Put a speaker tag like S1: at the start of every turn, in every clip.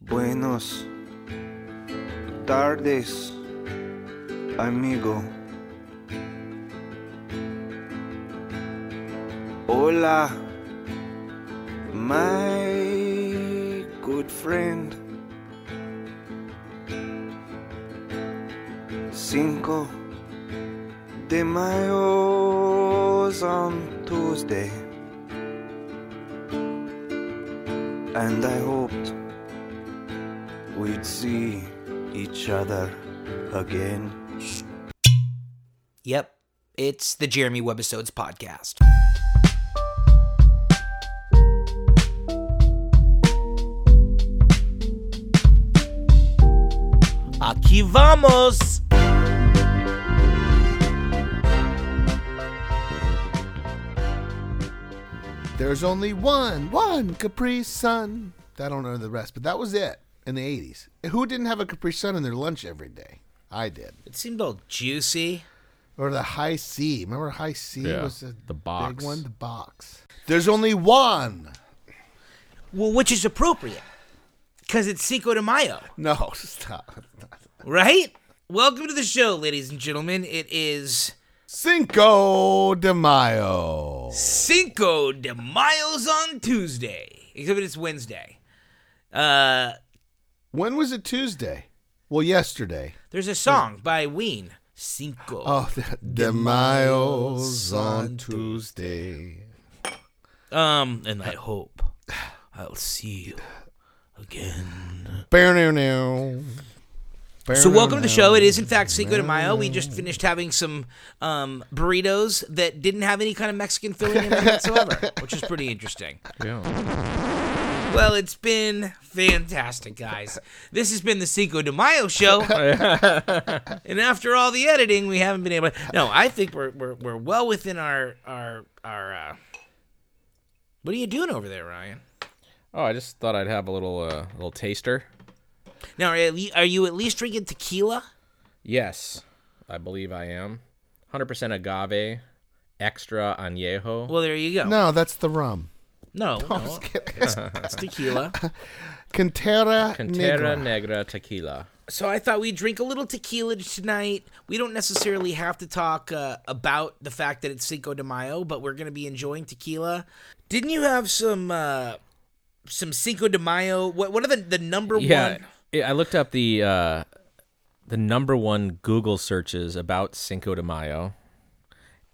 S1: Buenos tardes, amigo. Hola, my good friend. Cinco de Mayo's on Tuesday. And I hoped we'd see each other again.
S2: Yep, it's the Jeremy Webisodes podcast. Aquí vamos!
S3: There's only one, one Capri Sun. I don't know the rest, but that was it in the 80s. Who didn't have a Capri Sun in their lunch every day? I did.
S2: It seemed all juicy.
S3: Or the High C. Remember High C
S4: Yeah,
S3: was the,
S4: the box.
S3: big one? The box. There's only one.
S2: Well, which is appropriate because it's Cinco de Mayo,
S3: No, stop.
S2: right? Welcome to the show, ladies and gentlemen. It is
S3: Cinco de Mayo.
S2: Cinco de Mayo's on Tuesday, except it's Wednesday. Uh,
S3: When was it Tuesday? Well, yesterday.
S2: there's a song by Ween, Cinco.
S3: Oh, the, de Mayo's on Tuesday.
S2: Um, and I hope I'll see you again.
S3: Ba-na-na.
S2: So welcome to the
S3: Ba-na-na.
S2: show. It is in fact Cinco de Mayo. We just finished having some um, burritos that didn't have any kind of Mexican filling in them whatsoever, which is pretty interesting.
S4: Yeah.
S2: Well, it's been fantastic, guys. This has been the Cinco de Mayo show. and after all the editing, we haven't been able. No, I think we're we're, we're well within our our our. Uh... What are you doing over there, Ryan?
S4: Oh, I just thought I'd have a little uh, little taster.
S2: Now, are you, are you at least drinking tequila?
S4: Yes, I believe I am. 100% agave, extra añejo.
S2: Well, there you go.
S3: No, that's the rum.
S2: no, no it's tequila.
S3: Cantera,
S4: Cantera
S3: Negra.
S4: negra tequila.
S2: So I thought we'd drink a little tequila tonight. We don't necessarily have to talk uh, about the fact that it's Cinco de Mayo, but we're going to be enjoying tequila. Didn't you have some uh, some Cinco de Mayo? What what are the the number
S4: Yeah,
S2: one?
S4: I I looked up the uh, the number one Google searches about Cinco de Mayo,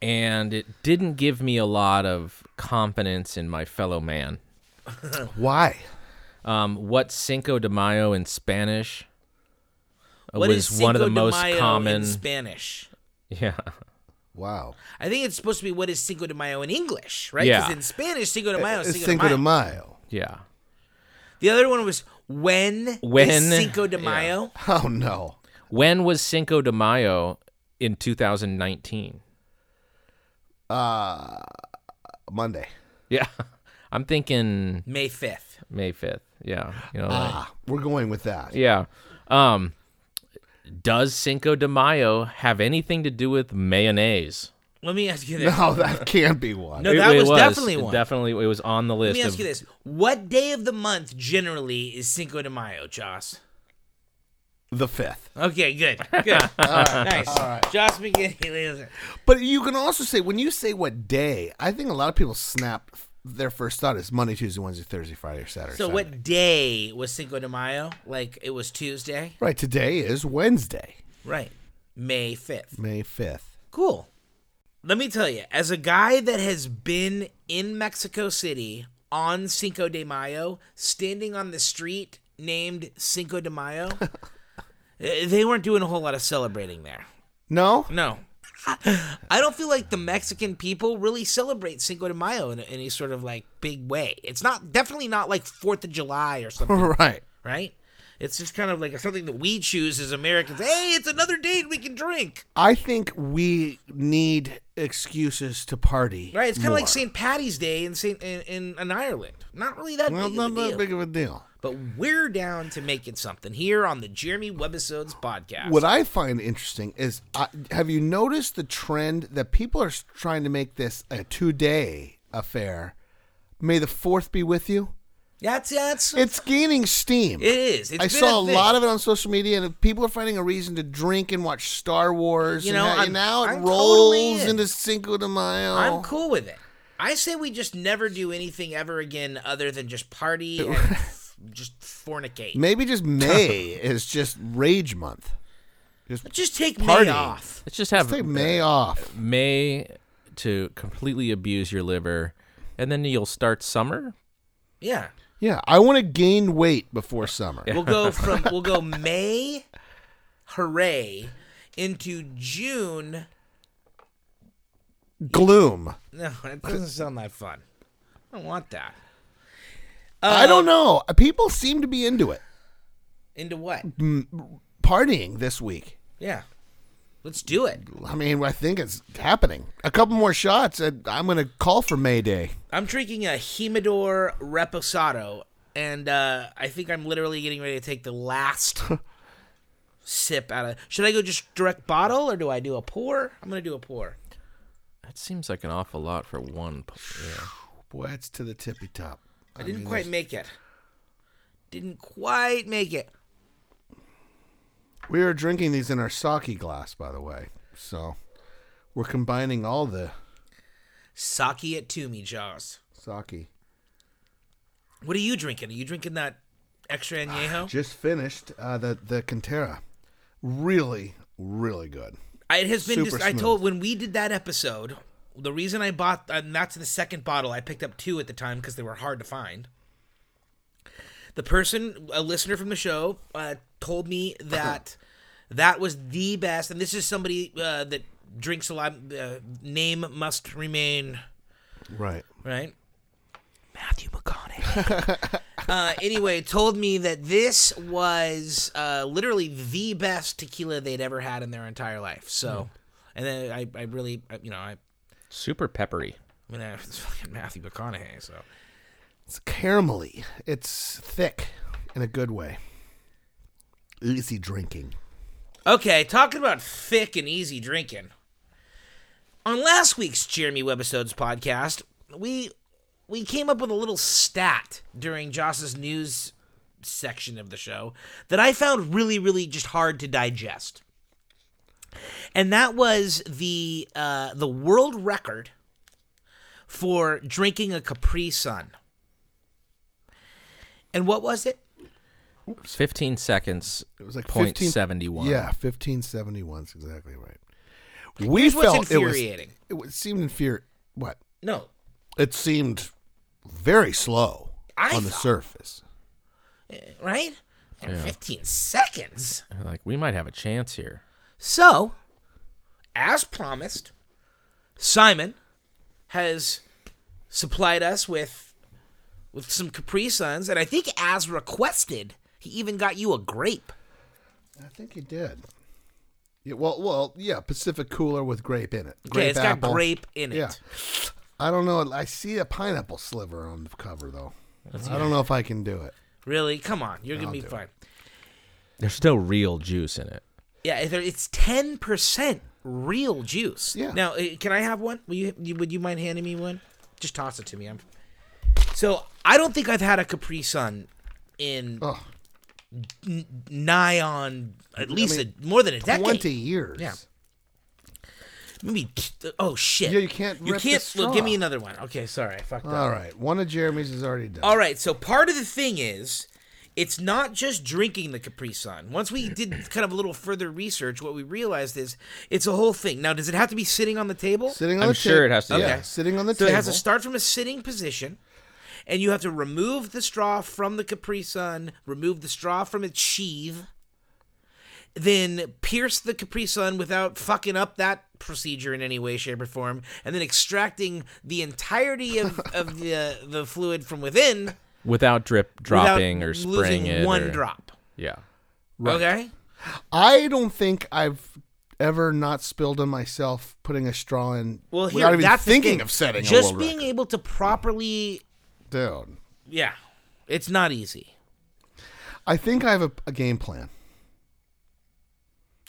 S4: and it didn't give me a lot of confidence in my fellow man.
S3: Why?
S4: Um, what Cinco de Mayo in Spanish uh,
S2: What
S4: was
S2: is
S4: one of the
S2: Cinco de
S4: most
S2: Mayo
S4: common.
S2: in Spanish.
S4: yeah,
S3: Wow.
S2: I think it's supposed to be what is Cinco de Mayo in English, right?
S4: Yeah.
S2: Because in Spanish, Cinco de Mayo is
S3: It's
S2: Cinco,
S3: Uh, Cinco
S2: de, Mayo.
S3: de Mayo.
S4: yeah.
S2: The other one was when
S4: When-
S2: is Cinco de
S4: yeah.
S2: Mayo.
S3: Oh no.
S4: When was Cinco de Mayo in 2019?
S3: Uh Monday.
S4: Yeah. I'm thinking
S2: May 5th.
S4: May 5th. Yeah. You know, like-
S3: Ah, we're going with that.
S4: yeah. Um, does Cinco de Mayo have anything to do with mayonnaise?
S2: Let me ask you this.
S3: No, that can't be one.
S2: No, that was definitely one.
S4: Definitely, it was on the
S2: Let
S4: list.
S2: me ask
S4: of,
S2: you this. What day of the month generally is Cinco de Mayo, Joss?
S3: The fifth.
S2: Okay, good. Good. Nice. Joss McGinney.
S3: But you can also say when you say what day, I think a lot of people snap their first thought is Monday, Tuesday, Wednesday, Thursday, Friday, or Saturday.
S2: So,
S3: Sunday.
S2: what day was Cinco de Mayo? Like, it was Tuesday?
S3: Right, today is Wednesday,
S2: Right. May 5th.
S3: May fifth.
S2: Cool. Let me tell you, as a guy that has been in Mexico City on Cinco de Mayo, standing on the street named Cinco de Mayo, eh, they weren't doing a whole lot of celebrating there.
S3: No?
S2: No. I don't feel like the Mexican people really celebrate Cinco de Mayo in a- any sort of like big way. It's not definitely not like Fourth of July or something,
S3: right.
S2: right? It's just kind of like something that we choose as Americans. Hey, it's another date we can drink,
S3: I think we need excuses to party.
S2: right? It's kind of like
S3: more.
S2: St. Patty's Day in Saint in, in, in Ireland. Not really that
S3: Well,
S2: big of a
S3: not that
S2: deal.
S3: big of a deal.
S2: but we're down to making something here on the Jeremy Webisodes podcast.
S3: What I find interesting is, I, have you noticed the trend that people are s- trying to make this a two-day affair? May the fourth be with you.
S2: That's that's it
S3: It's gaining steam.
S2: is. It's
S3: I
S2: been
S3: saw a,
S2: thing.
S3: lot of it on social media, and people are finding a reason to drink and watch Star Wars.
S2: You
S3: and
S2: know,
S3: ha-
S2: I'm-
S3: and now it
S2: I'm
S3: rolls
S2: totally in.
S3: into Cinco de Mayo.
S2: I'm cool with it. I say we just never do anything ever again other than just party and f- just fornicate.
S3: Maybe just May is just Rage Month.
S2: just take
S3: Party.
S2: May off.
S4: Let's just have
S3: Take May off.
S4: May to completely abuse your liver, and then you'll start summer.
S2: Yeah.
S3: Yeah, I want to gain weight before summer.
S2: We'll go from we'll go May hooray into June.
S3: Gloom.
S2: No, that doesn't sound that fun. I don't want that.
S3: I don't know. People seem to be into it.
S2: Into what?
S3: Partying this week.
S2: Yeah. Let's do it.
S3: I mean, I think it's happening. A couple more shots, and I'm going to call for May Day.
S2: I'm drinking a Himador Reposado, and uh, I think I'm literally getting ready to take the last sip out of. Should I go just direct bottle, or do I do a pour? I'm gonna do a pour.
S4: That seems like an awful lot for one. p- Yeah.
S3: Boy, it's to the tippy top.
S2: I didn't quite make it. Didn't quite make it.
S3: We are drinking these in our sake glass, by the way. So we're combining all the
S2: Sake it to me, Jaws.
S3: sake.
S2: What are you drinking? Are you drinking that extra añejo?
S3: Just finished uh, the the Cantera. Really, really good.
S2: I- It has been.
S3: Super
S2: Dis- I told when we did that episode, the reason I bought uh, and that's the second bottle. I picked up two at the time because they were hard to find. The person, a listener from the show, uh, told me that that was the best, and this is somebody uh, that drinks a lot. Uh, name must remain
S3: Right.
S2: right? Matthew McConaughey. uh, anyway, told me that this was uh, literally the best tequila they'd ever had in their entire life. So, and then I, I really, I, you know, I,
S4: Super peppery.
S2: I mean, I, it's fucking Matthew McConaughey. So,
S3: It's caramelly. It's thick in a good way. Easy drinking.
S2: okay, talking about thick and easy drinking. On last week's Cheer Me Webisodes podcast, we we came up with a little stat during Joss's news section of the show that I found really, really just hard to digest. and that was the uh, the world record for drinking a Capri Sun. And what was it?
S4: Fifteen seconds. It
S3: was like
S4: point
S3: 15
S4: seventy one.
S3: Yeah, 1571 is exactly right. We
S2: Here's what's
S3: felt it was. It
S2: infuriating.
S3: was, seemed infuri What?
S2: No,
S3: It seemed very slow
S2: I
S3: on the
S2: thought-
S3: surface.
S2: right? In 15 seconds.
S4: Like we might have a chance here.
S2: So, as promised, Simon has supplied us with with some Capri Suns, and I think as requested, he even got you a grape.
S3: I think he did. Yeah, well, well, yeah, Pacific cooler with grape in it.
S2: Okay, it's got
S3: apple.
S2: grape in it.
S3: Yeah. I don't know. I see a pineapple sliver on the cover though. I don't know if I can do it.
S2: Really? Come on, you're gonna be
S3: do it.
S2: fine.
S4: There's still real juice in it.
S2: Yeah, if there- it's ten percent real juice.
S3: Yeah.
S2: Now, eh, can I have one? Will you, you? Would you mind handing me one? Just toss it to me. I'm. So I don't think I've had a Capri Sun in
S3: Oh,
S2: nigh on at least a, more than a decade.
S3: twenty years.
S2: Yeah. Maybe. t- Oh shit.
S3: Yeah, you can't
S2: You
S3: rip the
S2: can't. Well, give me
S3: straw.
S2: another one. Okay, sorry, I fucked up.
S3: All right. One of Jeremy's is already done.
S2: All right, so part of the thing is it's not just drinking the Capri Sun. Once we did kind of a little further research, what we realized is it's a whole thing. Now, does it have to be sitting on the table?
S3: Sitting on
S4: I'm
S3: the
S4: sure
S3: ta-
S4: it has to be.
S3: Yeah,
S4: Okay.
S3: sitting on the
S2: so
S3: table.
S2: it has to start from a sitting position, and you have to remove the straw from the Capri Sun, remove the straw from its sheath, then pierce the Capri Sun without fucking up that procedure in any way, shape, or form, and then extracting the entirety of, of the the fluid from within
S4: Without drip dropping
S2: without
S4: or spraying
S2: losing
S4: it.
S2: one
S4: or-
S2: drop.
S4: Yeah.
S2: Okay.
S3: I don't think I've ever not spilled on myself putting a straw in.
S2: Well, here
S3: without even
S2: that's the
S3: thinking
S2: thing.
S3: of setting a
S2: just
S3: world
S2: being able to properly.
S3: record. Dude,
S2: Yeah, it's not easy.
S3: I think I have a, a game plan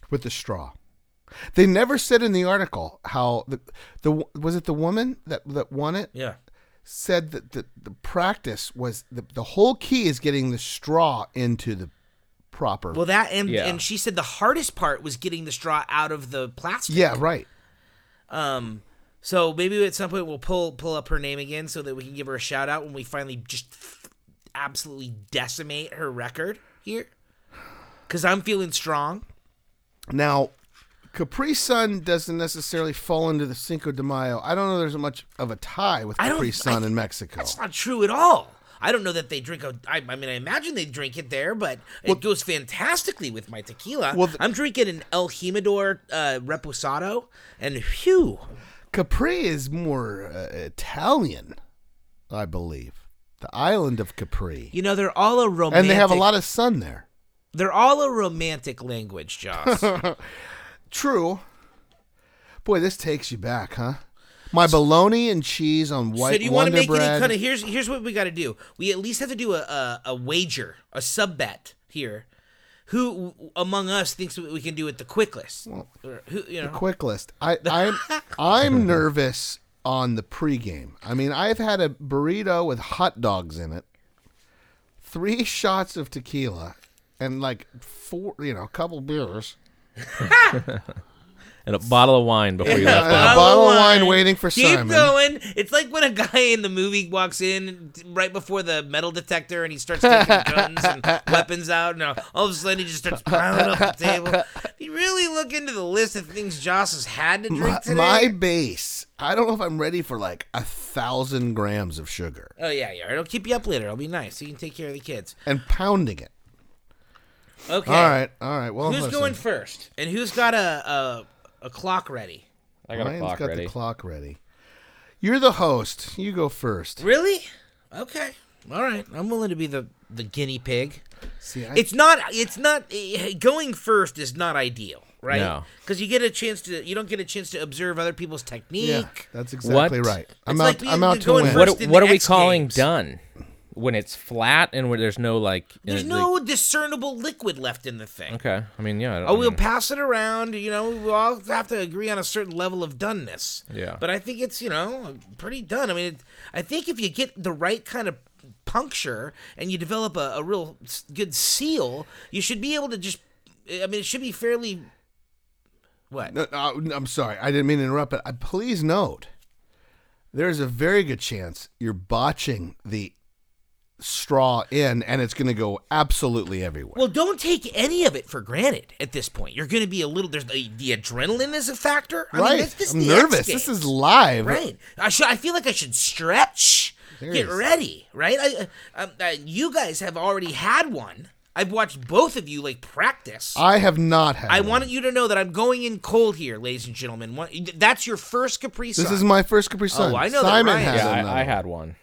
S3: with the straw. They never said in the article how the the was it the woman that that won it
S2: Yeah.
S3: said that the, the practice was the, the whole key is getting the straw into the proper.
S2: Well, that and
S4: Yeah.
S2: and she said the hardest part was getting the straw out of the plastic.
S3: yeah, right.
S2: Um. So maybe at some point we'll pull pull up her name again so that we can give her a shout out when we finally just f- absolutely decimate her record here. Because I'm feeling strong.
S3: Now, Capri Sun doesn't necessarily fall into the Cinco de Mayo. I don't know. There's much of a tie with
S2: I don't-
S3: Capri Sun
S2: I-
S3: in Mexico.
S2: That's not true at all. I don't know that they drink a. I, I mean, I imagine they drink it there, but it goes fantastically with my tequila.
S3: Well, the-
S2: I'm drinking an El Jimador uh, Reposado, and whew,
S3: Capri is more uh, Italian, I believe. The island of Capri,
S2: you know they're all a romantic.
S3: and they have a lot of sun there.
S2: They're all a romantic language, Joss.
S3: True. Boy, this takes you back, huh? My bologna and cheese on white
S2: so do you
S3: Wonder
S2: want to make
S3: bread.
S2: any kind of here's here's what we got to do we at least have to do a, a a wager a sub bet here who among us thinks we can do it the quickest Or who you know
S3: quick list. I, I'm I'm nervous on the pregame. I mean, I've had a burrito with hot dogs in it, three shots of tequila, and like four, you know, a couple beers,
S4: and a bottle of wine before you left.
S3: and a bottle of wine waiting for
S2: Keep
S3: Simon.
S2: going. It's like when a guy in the movie walks in right before the metal detector and he starts taking guns and weapons out, and all of a sudden he just starts piling up the table. If you really look into the list of things Joss has had to
S3: My,
S2: drink today,
S3: Uh, my base. I don't know if I'm ready for like a thousand grams of sugar
S2: oh yeah, yeah, it'll keep you up later. It'll be nice. You can take care of the kids.
S3: and pounding it.
S2: Okay.
S3: All right, all right. Well,
S2: Who's
S3: listen,
S2: going first? And who's got a a, a clock ready?
S4: I got a
S3: Ryan's
S4: clock
S3: got
S4: ready.
S3: the clock ready. You're the host. You go first.
S2: Really? Okay. All right. I'm willing to be the the guinea pig.
S3: See, I,
S2: It's not. It's not. eh, Going first is not ideal, right?
S4: No.
S2: Because you get a chance to. You don't get a chance to observe other people's technique.
S3: yeah, that's exactly right. I'm
S2: like
S3: out.
S2: being-
S3: I'm out to
S2: going
S3: win.
S2: first
S4: What,
S2: in
S4: what
S2: the
S4: are we
S2: X
S4: calling
S2: Games.
S4: done? When it's flat and where there's no like.
S2: There's
S4: uh,
S2: no discernible liquid left in the thing.
S4: like- okay. I mean, yeah. I don't-
S2: Oh, we'll
S3: Mm-hmm.
S4: I mean,
S2: pass it around. You know, we all have to agree on a certain level of doneness.
S4: Yeah.
S2: But I think it's you know pretty done. I mean, it, I think if you get the right kind of puncture and you develop a, a real s- good seal, you should be able to just. I mean, it should be fairly. What?
S3: No, no, I'm sorry. I didn't mean to interrupt, but I, please note there's a very good chance you're botching the straw in and it's going to go absolutely everywhere.
S2: Well, don't take any of it for granted at this point. You're going to be a little. There's the, the adrenaline is a factor. I mean,
S3: right.
S2: this- this is
S3: I'm
S2: the X
S3: nervous. This
S2: Games.
S3: is live.
S2: Right. I should. I feel like I should stretch. Get
S3: Seriously.
S2: ready. Right. I, uh, um, uh, you guys have already had one. I've watched both of you like practice. I,
S3: I have not had one.
S2: wanted you to know that I'm going in cold here, ladies and gentlemen. One, that's your first Capri Sun.
S3: This is my first Capri Sun.
S2: Oh, I know that
S3: Simon
S2: Ryan-
S3: has
S4: yeah,
S3: another.
S4: I, I had one.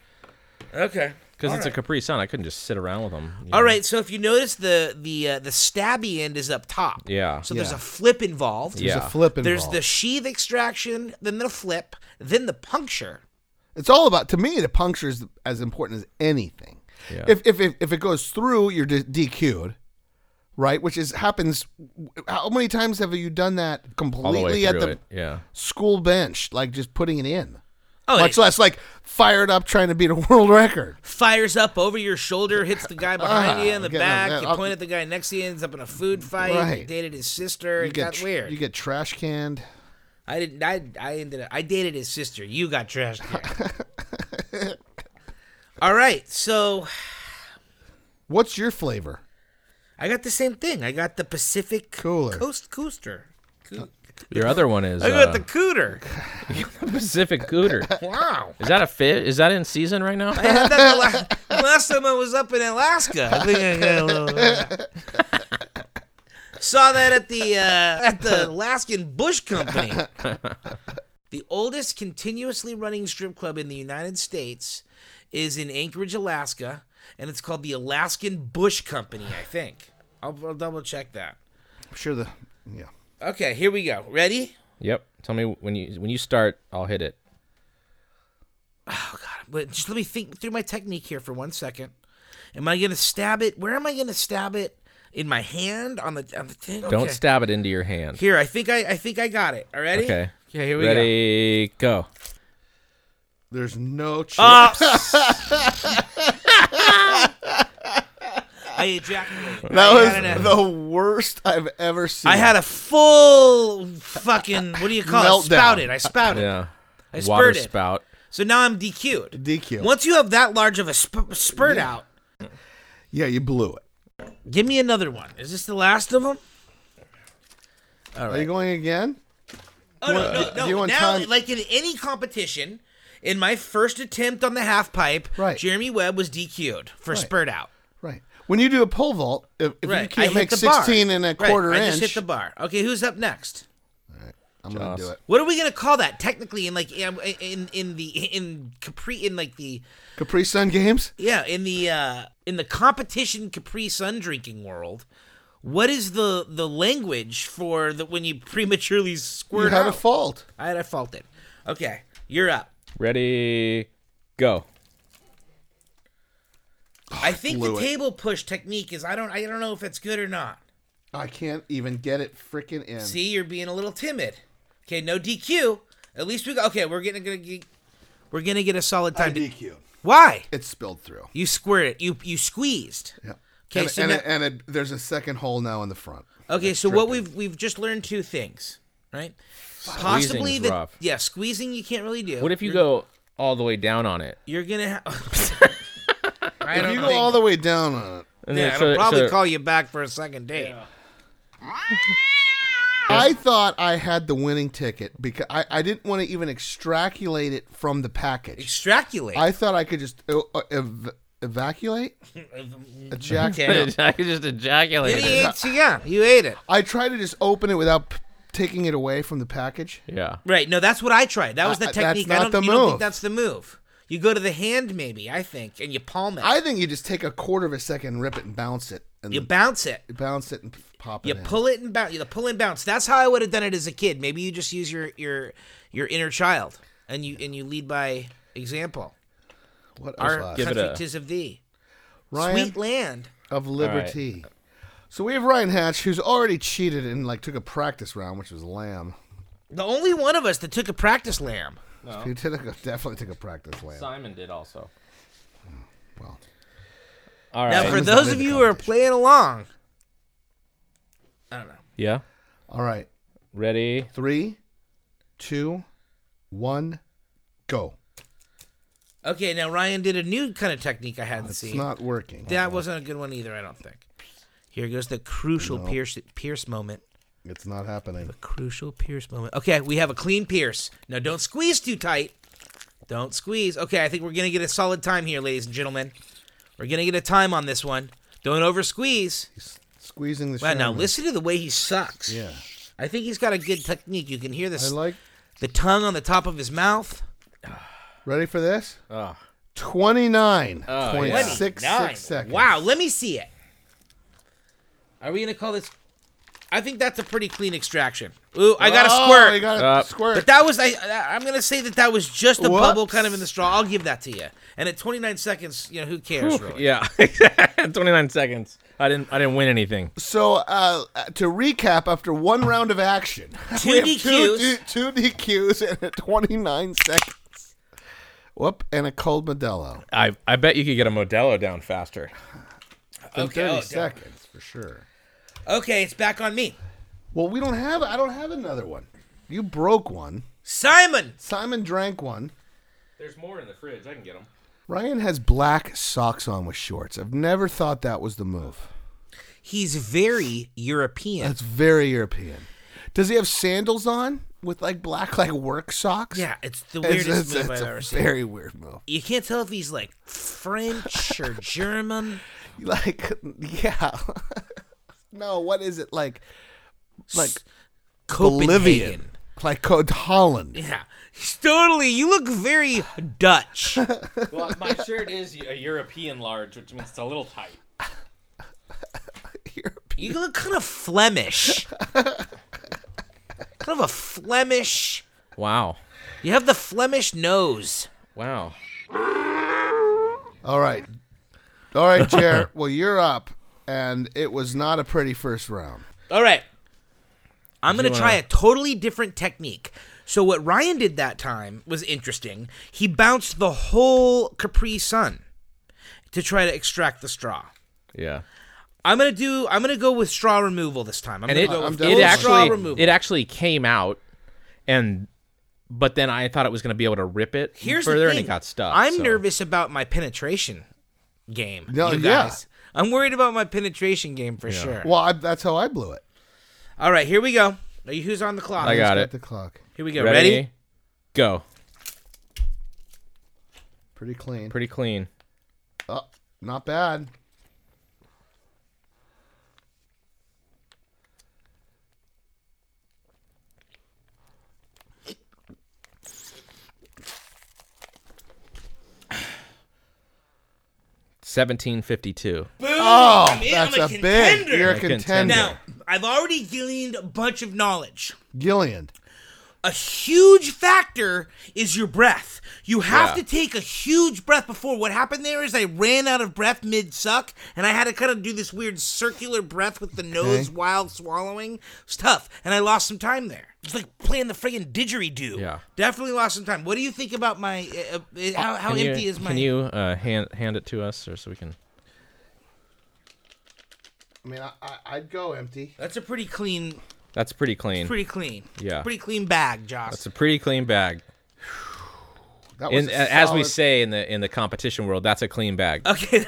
S2: okay.
S4: Because it's a Capri Sun. I couldn't just sit around with them.
S2: All right. So if you notice, the the uh, the stabby end is up top.
S4: Yeah.
S2: So there's
S3: Yeah.
S2: a flip involved.
S3: There's
S4: Yeah.
S3: a flip
S2: There's
S3: involved.
S2: the sheath extraction, then the flip, then the puncture.
S3: It's all about to me. The puncture is as important as anything.
S4: Yeah.
S3: If, if if if it goes through, you're d- DQ'd, right? Which is happens. How many times have you done that
S4: All the way
S3: completely at
S4: through
S3: the
S4: it. Yeah.
S3: school bench, like just putting it in?
S2: Oh,
S3: Much
S2: it
S3: less like fired up trying to beat a world record.
S2: fires up over your shoulder, hits the guy behind
S3: Ah,
S2: you in the
S3: okay,
S2: back.
S3: now that-
S2: you point at the guy next to you, ends up in a food fight. He
S3: Right.
S2: dated his sister.
S3: You
S2: it
S3: get
S2: got
S3: tr-
S2: weird.
S3: You get trash canned.
S2: I didn't. I, I ended up. I dated his sister. You got trashed. Here. All right, so
S3: What's your flavor?
S2: I got the same thing. I got the Pacific
S3: Cooler.
S2: Coast Coaster. Coo-
S4: Your other one is
S2: I got
S4: uh,
S2: the Cooter.
S4: Pacific Cooter.
S2: Wow.
S4: Is that a fit? Is that in season right now?
S2: I had that the la- last time I was up in Alaska. I think I got a little. Saw that at the uh, at the Alaskan Bush Company. The oldest continuously running strip club in the United States is in Anchorage, Alaska, and it's called the Alaskan Bush Company, I think. I'll, I'll double check that.
S3: I'm sure the yeah.
S2: Okay, here we go. Ready?
S4: Yep. Tell me when you when you start, I'll hit it.
S2: But just let me think through my technique here for one second. Am I gonna stab it? Where am I gonna stab it? In my hand on the on the thing?
S4: Don't
S2: Okay.
S4: stab it into your hand.
S2: Here, I think I I think I got it. All ready?
S4: Okay.
S2: Okay, here we
S4: Ready? Go.
S3: There's no chips.
S2: Uh, I ejaculated.
S3: that
S2: I had
S3: was
S2: an-
S3: the worst I've ever seen.
S2: I had a full fucking what do you call it?
S3: Meltdown.
S2: Spouted. I spouted.
S4: Yeah.
S2: I
S4: Water
S2: spurted.
S4: spout.
S2: So now I'm DQ'd.
S3: DQ.
S2: Once you have that large of a sp- spurt out,
S3: Yeah, you blew it.
S2: give me another one. Is this the last of them?
S3: Are you going again?
S2: Oh no, no,
S3: do you
S2: no.
S3: want
S2: Now,
S3: time-
S2: like in any competition, in my first attempt on the half pipe,
S3: Right.
S2: Jeremy Webb was DQ'd for spurt out.
S3: Right. When you do a pole vault, if, if you
S2: Right. I
S3: can't
S2: hit
S3: make
S2: the bar.
S3: 16 and a
S2: Right,
S3: quarter
S2: I
S3: inch,
S2: just hit the bar. Okay, who's up next?
S3: I'm going to do
S4: Joss.
S3: it.
S2: What are we gonna call that technically in like in in, in the in Capri in like the
S3: Capri Sun Games?
S2: yeah in the uh in the competition Capri Sun drinking world? What is the the language for the when you prematurely
S3: You
S2: squirt
S3: had
S2: out?
S3: a fault.
S2: I had a fault it. Okay, you're up.
S4: Ready, go.
S2: I think
S3: blew
S2: the
S3: it.
S2: table push technique is I don't I don't know if it's good or not.
S3: I can't even get it freaking in.
S2: See, you're being a little timid. Okay, no DQ. At least we got okay. We're gonna gonna get, we're gonna get a solid time. To,
S3: DQ.
S2: why?
S3: It spilled through.
S2: You squirted. You you squeezed.
S3: Yeah.
S2: Okay,
S3: and,
S2: so
S3: and,
S2: now-
S3: it- and it, there's a second hole now in the front.
S2: Okay, so what we've we've just learned two things, right? Possibly
S4: Squeezing's
S2: that
S4: rough.
S2: yeah, squeezing you can't really do.
S4: What if you go all the way down on it?
S2: You're gonna. Ha- I
S3: If
S2: don't
S3: you go
S2: think-
S3: all the way down on it,
S4: And
S2: yeah,
S4: then-
S2: it'll
S4: so-
S2: probably
S4: so-
S2: call you back for a second date.
S3: I thought I had the winning ticket because I, I didn't want to even extrapolate it from the package.
S2: Extraculate.
S3: I thought I could just uh, uh, ev- evacuate, ejaculate.
S2: Okay.
S4: I could just ejaculate.
S2: You ate- yeah, you ate it.
S3: I tried to just open it without p- taking it away from the package.
S4: Yeah.
S2: Right. No, that's what I tried. That was the
S3: Uh, that's
S2: technique. I
S3: not
S2: don't,
S3: the
S2: you don't
S3: move.
S2: think that's the move. You go to the hand, maybe, I think, and you palm it.
S3: I think you just take a quarter of a second, rip it, and bounce it, and
S2: you bounce it.
S3: bounce it and p- pop
S2: You
S3: it.
S2: pull it and bounce. You pull and bounce. That's how I would have done it as a kid. Maybe you just use your your your inner child and you and you lead by example.
S3: in. What else?
S2: Our
S3: was?
S4: Give it
S2: country
S4: a-
S2: tis of thee,
S3: Ryan
S2: sweet land.
S3: of Liberty. So we have Ryan Hatch, who's already cheated and like took a practice round, which was lamb.
S2: The only one of us that took a practice lamb.
S3: He did a, definitely took a practice lamb.
S4: Simon did also.
S3: Well,
S4: All
S2: Now,
S4: right.
S2: for
S3: Simon's not
S2: those
S3: in
S2: of
S3: the
S2: you who are playing along, I don't know.
S4: yeah.
S3: all right.
S4: Ready.
S3: Three, two, one, go.
S2: Okay, now Ryan did a new kind of technique I hadn't
S3: It's
S2: seen.
S3: not working.
S2: That wasn't a good one either, I don't think. Here goes the crucial pierce pierce moment.
S3: It's not happening.
S2: Crucial pierce moment. Okay, we have a clean pierce. Now don't squeeze too tight. Don't squeeze. Okay, I think we're gonna get a solid time here, ladies and gentlemen. We're gonna get a time on this one. Don't over squeeze.
S3: He's squeezing the.
S2: Wow, now
S3: shaman.
S2: listen to the way he sucks.
S3: Yeah,
S2: I think he's got a good technique. You can hear
S3: I
S2: this
S3: like.
S2: the tongue on the top of his mouth.
S3: Ready for this?
S4: Oh.
S3: 29.
S4: yeah.
S3: 26
S2: 29.
S3: six seconds.
S2: Wow, let me see it. Are we gonna call this? I think that's a pretty clean extraction. Ooh, I got a
S3: Oh,
S2: squirt.
S3: You got a
S4: Uh,
S3: squirt.
S2: But that was I. I- I'm gonna say that that was just a bubble,
S3: Whoops.
S2: kind of in the straw. I'll give that to you. And at 29 seconds, you know who cares really?
S4: Yeah. 29 seconds. I didn't. I didn't win anything.
S3: so, uh, uh, to recap, after one round of action,
S2: Two DQs.
S3: Two, two, two DQs and a 29 seconds. Whoop, and a cold Modelo.
S4: I. I bet you could get a Modelo down faster.
S3: In
S2: Okay,
S3: 30
S2: oh,
S3: seconds, for sure.
S2: Okay, it's back on me,
S3: Well, we don't have, I don't have another one. You broke one.
S2: Simon.
S3: Simon drank one.
S4: There's more in the fridge. I can get them.
S3: Ryan has black socks on with shorts. I've never thought that was the move.
S2: He's very European.
S3: That's very European. Does he have sandals on with like black like work socks?
S2: yeah, it's the
S3: It's-
S2: weirdest
S3: it's-
S2: move
S3: it's
S2: I've
S3: a
S2: ever seen.
S3: very weird move.
S2: You can't tell if he's like French or German,
S3: Like, yeah. no, what is it like? Like
S2: Copenhagen.
S3: Bolivian, like Co- Holland.
S2: Yeah, he's totally. You look very Dutch.
S4: Well, my shirt is a European large, which means it's a little tight.
S3: European.
S2: You look kind of Flemish. kind of a Flemish.
S4: Wow.
S2: You have the Flemish nose.
S4: Wow.
S3: All right, all right, Jer. well, you're up, and it was not a pretty first round.
S2: All right. I'm going to
S4: you
S2: try
S4: wanna-
S2: a totally different technique. So what Ryan did that time was interesting. He bounced the whole Capri Sun to try to extract the straw.
S4: Yeah.
S2: I'm gonna do. I'm gonna go with straw removal this time. I'm
S4: and
S2: gonna
S4: it,
S2: go with
S3: down
S4: it
S3: with
S2: full
S3: that.
S2: straw
S4: actually
S2: removal.
S4: it actually came out and but then I thought it was going to be able to rip it
S2: Here's
S4: further
S2: the thing.
S4: and it got stuck.
S2: I'm
S4: so.
S2: nervous about my penetration game.
S3: No,
S2: you
S3: yeah.
S2: guys. I'm worried about my penetration game for sure.
S3: Well, I, that's how I blew it.
S2: All right, here we go. Are you who's on the clock?
S4: I got
S3: Just
S4: it.
S3: at the clock.
S2: Here we go. Ready?
S4: Go.
S3: Pretty clean.
S4: Pretty clean.
S3: Oh, not bad.
S4: Seventeen fifty two.
S3: Oh,
S2: in.
S3: that's
S2: I'm a
S3: a, big.
S2: contender.
S3: You're
S4: I'm
S3: a
S4: a
S3: contender.
S4: contender.
S2: Now, I've already gained a bunch of knowledge.
S3: Gillian.
S2: A huge factor is your breath. You have to
S4: Yeah.
S2: take a huge breath before. What happened there is I ran out of breath mid suck, and I had to kind of do this weird circular breath with the nose while swallowing. It's tough, and I lost some time there. It's like playing the friggin' didgeridoo.
S4: Yeah.
S2: definitely lost some time. What do you think about my? Uh, uh, how how
S4: Can you-
S2: empty is my?
S4: Can you uh, hand hand it to us or so we can?
S3: I mean, I, I, I'd go empty.
S2: That's a pretty clean,
S4: That's pretty clean.
S2: pretty clean.
S4: Yeah.
S2: pretty clean bag, Josh.
S4: That's a pretty clean bag.
S3: That was
S4: In,
S3: a
S4: as we
S3: solid-
S4: say in the in the competition world, that's a clean bag.
S2: Okay.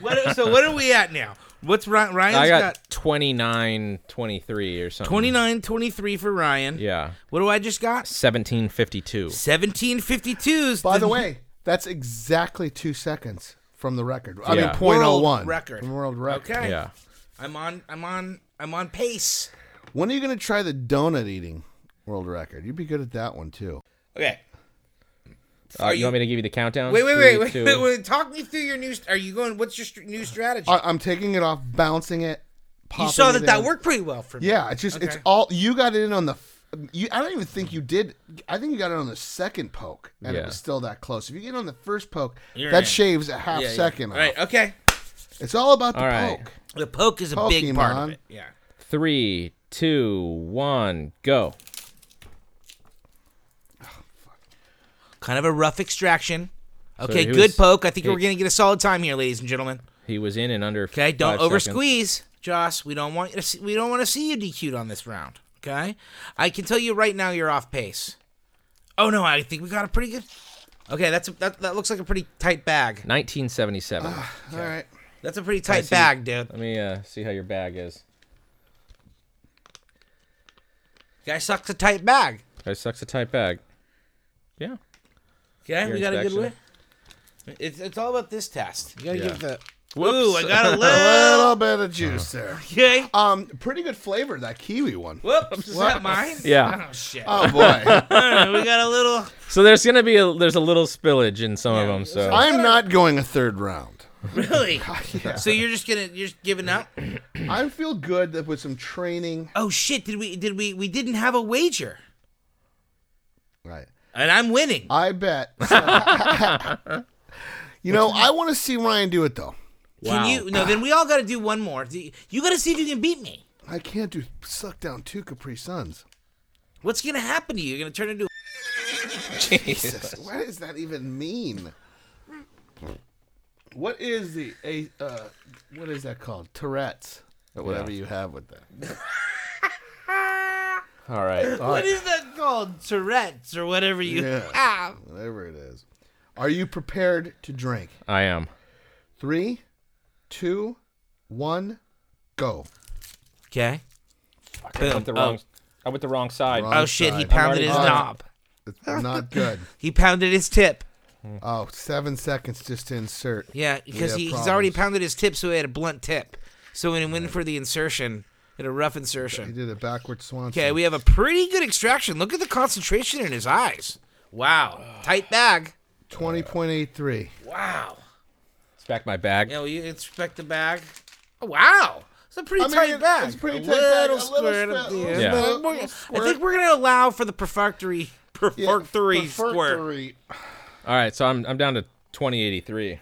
S2: what, so what are we at now? What's Ryan? Ryan's
S4: I
S2: got,
S4: got, twenty nine twenty three or something.
S2: 29 23 for Ryan.
S4: Yeah.
S2: What do I just got?
S4: Seventeen fifty two.
S2: 1752s.
S3: By the way, that's exactly two seconds from the record. I mean,
S4: Yeah.
S3: point oh one
S2: World record.
S3: From world record.
S2: Okay.
S4: Yeah.
S2: I'm on I'm on I'm on pace.
S3: When are you going to try the donut eating world record? You'd be good at that one too.
S2: Okay.
S4: Uh, you, want me to give you the countdown?
S2: Wait, wait,
S4: Three,
S2: wait, wait,
S4: two-
S2: wait, wait. Talk me through your new st- Are you going what's your st- new strategy?
S3: I, I'm taking it off, bouncing it.
S2: you
S3: popping
S2: saw that
S3: it
S2: that
S3: in.
S2: worked pretty well for me.
S3: Yeah, it's just it's
S2: Okay.
S3: all you got it in on the. f- You, I don't even think you did. I think you got it on the second poke, and it
S4: Yeah.
S3: was still that close. If you get on the first poke,
S2: You're in.
S3: that shaves a half
S2: Yeah, yeah.
S3: second
S2: All right,
S3: off.
S2: okay.
S3: It's all about the
S4: All right.
S3: poke.
S2: The poke is a big part of
S3: Pokemon.
S2: it. Yeah.
S4: Three, two, one, go.
S2: Kind of a rough extraction. Okay,
S4: he
S2: good
S4: was-
S2: poke. I think
S4: he-
S2: we're going to get a solid time here, ladies and gentlemen.
S4: He was in and under.
S2: Okay, don't
S4: five
S2: over
S4: seconds.
S2: squeeze, Joss. We don't want you to see, we don't want to see you DQ'd on this round. Okay, I can tell you right now you're off pace. Oh no, I think we got a pretty good. Okay, that's a, that that looks like a pretty tight bag.
S4: 1977.
S2: Ah.
S3: All right.
S2: That's a pretty tight
S4: see.
S2: bag, dude.
S4: Let me uh, see how your bag is.
S2: Guy sucks a tight bag.
S4: That sucks a tight bag. Yeah.
S2: Okay, we got a good win.
S4: inspection.
S2: It's, it's all about this test. You gotta
S4: Yeah.
S2: give the. Ooh,
S4: Whoops.
S2: I got a
S3: A
S2: little.
S3: little bit of juice there.
S2: Okay.
S3: Um, pretty good flavor that kiwi one.
S2: Whoops, is that mine?
S4: Yeah.
S2: Oh shit.
S3: Oh boy,
S2: Alright, we got a little.
S4: So there's gonna be a there's a little spillage in some of them. So
S3: I'm not going a third round.
S2: Really.
S3: Yeah.
S2: So you're just gonna you're just giving up?
S3: I feel good that with some training.
S2: Oh shit! Did we did we we didn't have a wager?
S3: Right.
S2: and I'm winning.
S3: I bet. you know, I want to see Ryan do it though.
S2: Can you? No, then we all got to do one more. Do You, got to see if you can beat me.
S3: I can't do suck down two Capri Suns.
S2: What's gonna happen to you? You're gonna turn into.
S3: Jesus, what does that even mean? What is the a uh, what is that called? Tourette's or whatever you have with that.
S4: all right.
S2: What is that called? Tourette's or whatever you
S3: Yeah.
S2: have.
S3: Whatever it is. Are you prepared to drink?
S4: I am.
S3: Three, two, one, go.
S2: Okay.
S4: I
S2: Boom.
S4: went the wrong.
S2: Oh.
S4: I went the wrong side.
S3: Wrong.
S2: Oh shit! He
S3: side.
S2: pounded
S4: I'm already
S2: his
S4: on.
S2: knob.
S3: It's not good.
S2: He pounded his tip.
S3: Oh, seven seconds just to insert.
S2: Yeah, because
S3: have
S2: he, he's already
S3: problems.
S2: pounded his tip, so he had a blunt tip. So when he went for the insertion, had a rough
S3: He
S2: insertion.
S3: did a backward swan.
S2: Okay, we have a pretty good extraction. Look at the concentration in his eyes. Wow, tight bag.
S3: twenty point eight three.
S2: Wow.
S4: It's back my bag.
S2: You know, you inspect the bag. Oh, wow. It's a pretty
S3: I mean,
S2: tight
S3: it's-
S2: bag.
S3: it's a pretty
S2: a
S3: tight bag,
S2: little
S3: a little
S2: squirt
S3: squirt,
S2: at
S3: a
S2: the
S3: little
S2: end.
S4: Yeah.
S2: but
S3: little
S2: we're-
S3: squirt.
S2: I think we're going to allow for the perfunctory, perfunctory squirt.
S3: Perfunctory.
S4: All right. So I'm I'm down to 2083.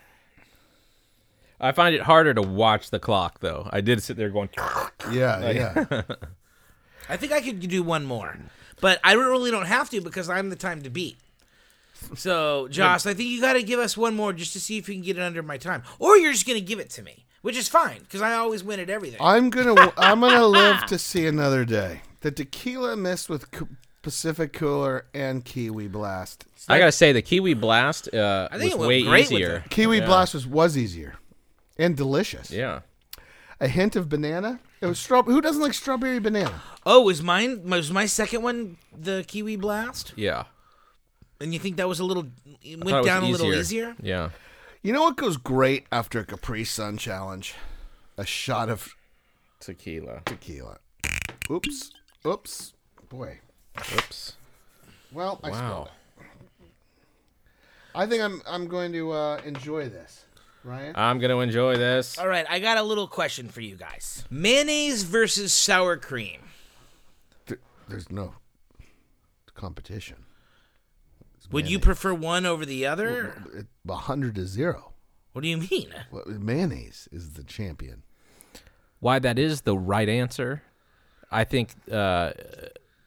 S4: I find it harder to watch the clock though. I did sit there going.
S3: Yeah, yeah.
S2: I think I could do one more. But I really don't have to because I'm the time to beat. So, Josh, I think you got to give us one more just to see if you can get it under my time, or you're just gonna give it to me, which is fine because I always win at everything.
S3: I'm gonna I'm gonna live to see another day. The tequila mixed with c- Pacific Cooler and Kiwi Blast.
S4: I gotta say the kiwi blast uh,
S2: I think
S4: was
S2: it went
S4: way
S2: great with
S4: easier.
S3: Kiwi Blast was, was easier and delicious.
S4: Yeah.
S3: A hint of banana. It was straw. Who doesn't like strawberry banana?
S2: oh, was mine was my second one the kiwi blast?
S4: Yeah.
S2: And you think that was a little it
S4: Thought it
S2: went
S4: was
S2: down a little easier?
S4: Yeah.
S3: You know what goes great after a Capri Sun challenge? A shot of
S4: Tequila.
S3: tequila. Oops. Oops. Boy.
S4: Oops.
S3: Well, I
S4: Wow.
S3: spilled it. I think I'm I'm going to uh, enjoy this, Ryan.
S4: I'm gonna enjoy this.
S2: All right, I got a little question for you guys: mayonnaise versus sour cream.
S3: Th- there's no competition.
S2: Would you prefer one over the other?
S3: It- A hundred to zero.
S2: What do you mean?
S3: Well, Mayonnaise is the champion.
S4: Why that is the right answer? I think uh,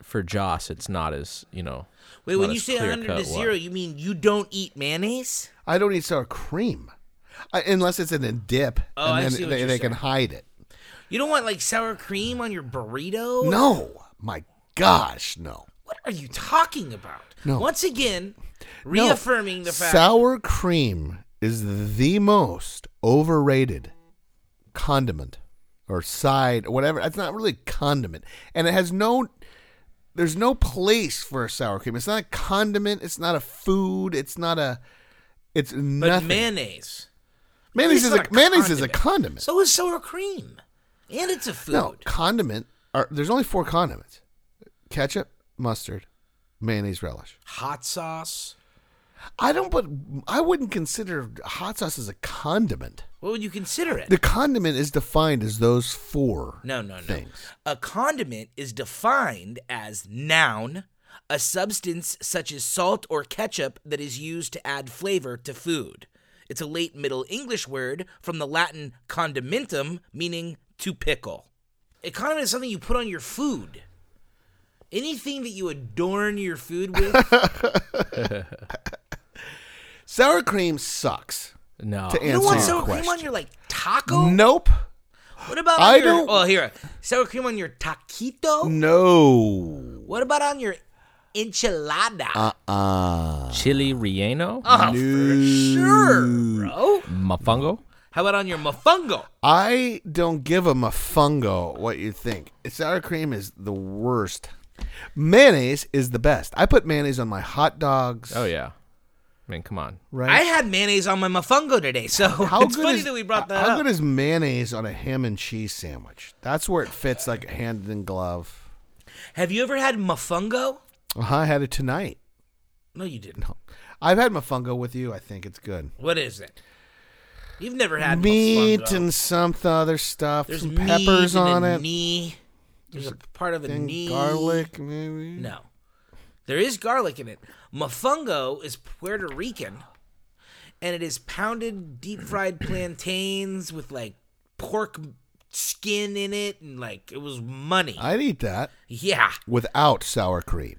S4: for Joss, it's not as you know.
S2: Wait,
S4: not
S2: when you
S4: as
S2: say 100 to
S4: clear-cut
S2: 0,
S4: what-
S2: you mean you don't eat mayonnaise?
S3: I don't eat sour cream, I, unless it's in a dip,
S2: Oh, I
S3: and
S2: see
S3: then
S2: what
S3: they,
S2: you're
S3: they can hide it.
S2: You don't want like sour cream on your burrito?
S3: No, my gosh, no.
S2: What are you talking about?
S3: No.
S2: Once again,
S3: No.
S2: reaffirming the fact.
S3: sour cream is the most overrated condiment or side or whatever. It's not really a condiment, and it has no. There's no place for a sour cream. It's not a condiment. It's not a food. It's not a. It's
S2: but
S3: nothing.
S2: mayonnaise.
S3: mayonnaise
S2: it's
S3: is a,
S2: not a
S3: mayonnaise is a
S2: condiment.
S3: condiment.
S2: So is sour cream. And it's a food.
S3: No condiment. Are, there's only four condiments: ketchup, mustard, mayonnaise, relish.
S2: Hot sauce.
S3: I don't put. I wouldn't consider hot sauce as a condiment.
S2: What would you consider it?
S3: The condiment is defined as those four.
S2: No, no, no.
S3: Things.
S2: A condiment is defined as noun, a substance such as salt or ketchup that is used to add flavor to food. It's a late Middle English word from the Latin condimentum, meaning to pickle. A condiment is something you put on your food. Anything that you adorn your food with.
S3: Sour cream sucks.
S4: No.
S3: To
S2: you
S3: answer
S2: don't want
S3: your
S2: sour
S3: question.
S2: cream on your like taco.
S3: Nope.
S2: What about on
S3: I
S2: your?
S3: don't-
S2: Well, here sour cream on your taquito.
S3: No.
S2: What about on your enchilada?
S3: Uh.
S4: Chili relleno.
S2: Oh, for sure, bro.
S4: Mafungo.
S2: How about on your mofongo?
S3: I don't give a mafungo what you think. Sour cream is the worst. Mayonnaise is the best. I put mayonnaise on my hot dogs.
S4: Oh yeah. I mean, come on.
S3: Right.
S2: I had mayonnaise on my mofongo today, so
S3: How
S2: it's
S3: good
S2: funny
S3: is,
S2: that we brought that
S3: How
S2: up.
S3: good is mayonnaise on a ham and cheese sandwich? That's where it fits like hand in glove.
S2: Have you ever had mofongo?
S3: Uh-huh, I had it tonight.
S2: No, you didn't.
S3: I've had mafungo with you. I think it's good.
S2: What is it? You've never had
S3: meat
S2: mofongo.
S3: and some th- other stuff.
S2: There's
S3: some
S2: meat
S3: peppers
S2: and
S3: on
S2: a
S3: it.
S2: Knee. There's a part of a
S3: and
S2: knee.
S3: garlic, maybe.
S2: No, there is garlic in it. Mofongo is Puerto Rican, and it is pounded deep fried plantains with like pork skin in it, and like it was money.
S3: I'd eat that
S2: Yeah,
S3: without sour cream.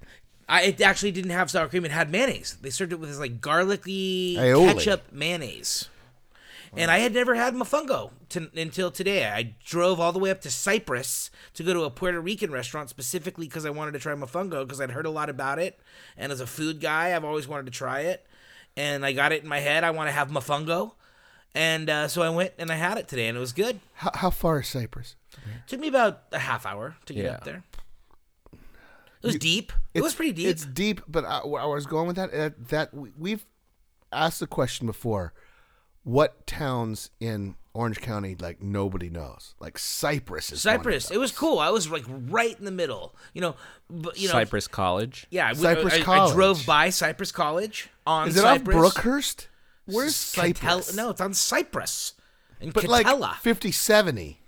S2: I it actually didn't have sour cream; it had mayonnaise. They served it with this like garlicky
S3: Aioli.
S2: ketchup mayonnaise. And I had never had mofongo to, until today. I drove all the way up to Cyprus to go to a Puerto Rican restaurant specifically because I wanted to try mofongo because I'd heard a lot about it. And as a food guy, I've always wanted to try it. And I got it in my head. I want to have mofongo. And uh, so I went and I had it today, and it was good.
S3: How, how far is Cyprus?
S2: Took me about a half hour to get
S4: Yeah.
S2: up there. It was deep. It
S3: It's-
S2: was pretty deep.
S3: It's deep, but I, where I was going with that. That, that we, we've asked the question before. What towns in Orange County like nobody knows? Like Cyprus is one of
S2: Cyprus.
S3: them.
S2: It was cool. I was like right in the middle. You know, but you know,
S4: Cypress College.
S2: Yeah, I-
S3: Cypress
S2: I, I,
S3: College.
S2: I drove by Cypress College on
S3: Is it
S2: Cyprus.
S3: off Brookhurst? Where's
S2: Catel-
S3: Cyprus?
S2: No, it's on Cyprus. In
S3: but like 50, 70,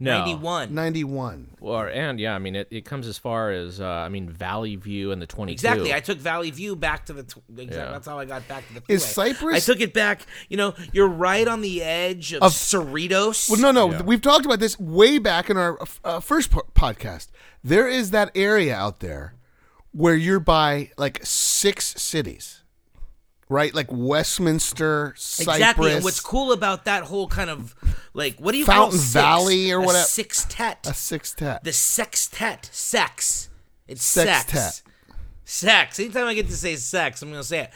S4: No.
S2: 91.
S3: 91.
S4: Or and yeah, I mean it, it comes as far as uh, I mean Valley View and the twenty two.
S2: Exactly. I took Valley View back to the. Tw- exactly.
S4: Yeah.
S2: That's how I got back to the.
S3: Is
S2: freeway.
S3: Cyprus-
S2: I took it back. You know, you're right on the edge of,
S3: Of-
S2: Cerritos.
S3: Well, no, no. We've talked about this way back in our uh, first po- podcast. There is that area out there where you're by like six cities, right? Like Westminster, Cyprus.
S2: Exactly. And what's cool about that whole kind of like what do you call
S3: Fountain
S2: six?
S3: Valley or
S2: A
S3: whatever.
S2: Sextet.
S3: a sextet.
S2: the sextet. Sex. It's
S3: Sextet.
S2: sex. Sex. Anytime I get to say sex, I'm gonna say it.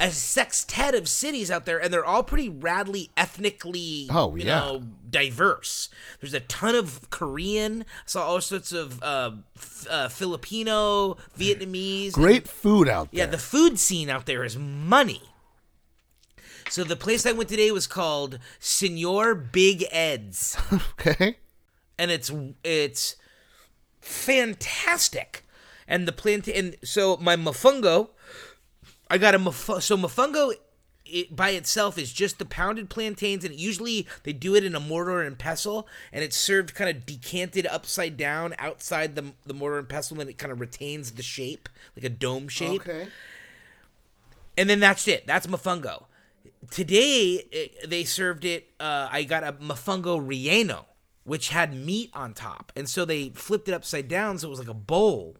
S2: A sextet of cities out there, and they're all pretty radly ethnically,
S3: Oh,
S2: you
S3: yeah.
S2: know, diverse. There's a ton of Korean. I saw all sorts of uh, f- uh, Filipino, Vietnamese.
S3: Great food out
S2: Yeah,
S3: there.
S2: the food scene out there is money. So the place I went today was called Senor Big Ed's,
S3: okay.
S2: and it's it's fantastic. And the plant and so my mofongo, I got a mofongo. So mofongo it, by itself is just the pounded plantains, and usually they do it in a mortar and pestle, and it's served kind of decanted upside down outside the the mortar and pestle, and it kind of retains the shape like a dome shape and then that's it. That's mofongo. Today it- they served it. Uh, I got a mofongo relleno, which had meat on top, and so they flipped it upside down, so it was like a bowl,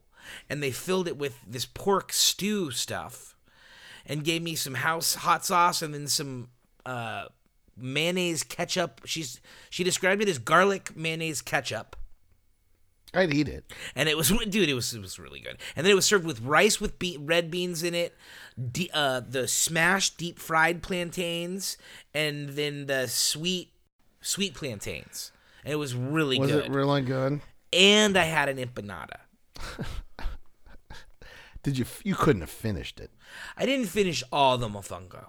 S2: and they filled it with this pork stew stuff, and gave me some house hot sauce and then some uh, mayonnaise ketchup. She's she described it as garlic mayonnaise ketchup.
S3: I'd eat it.
S2: And it was, dude, it was it was really good. And then it was served with rice with be- red beans in it, de- uh, the smashed deep fried plantains, and then the sweet sweet plantains. And it was really
S3: Was
S2: good.
S3: it really good?
S2: and I had an empanada.
S3: Did you? You couldn't have finished it.
S2: I didn't finish all the mofongo.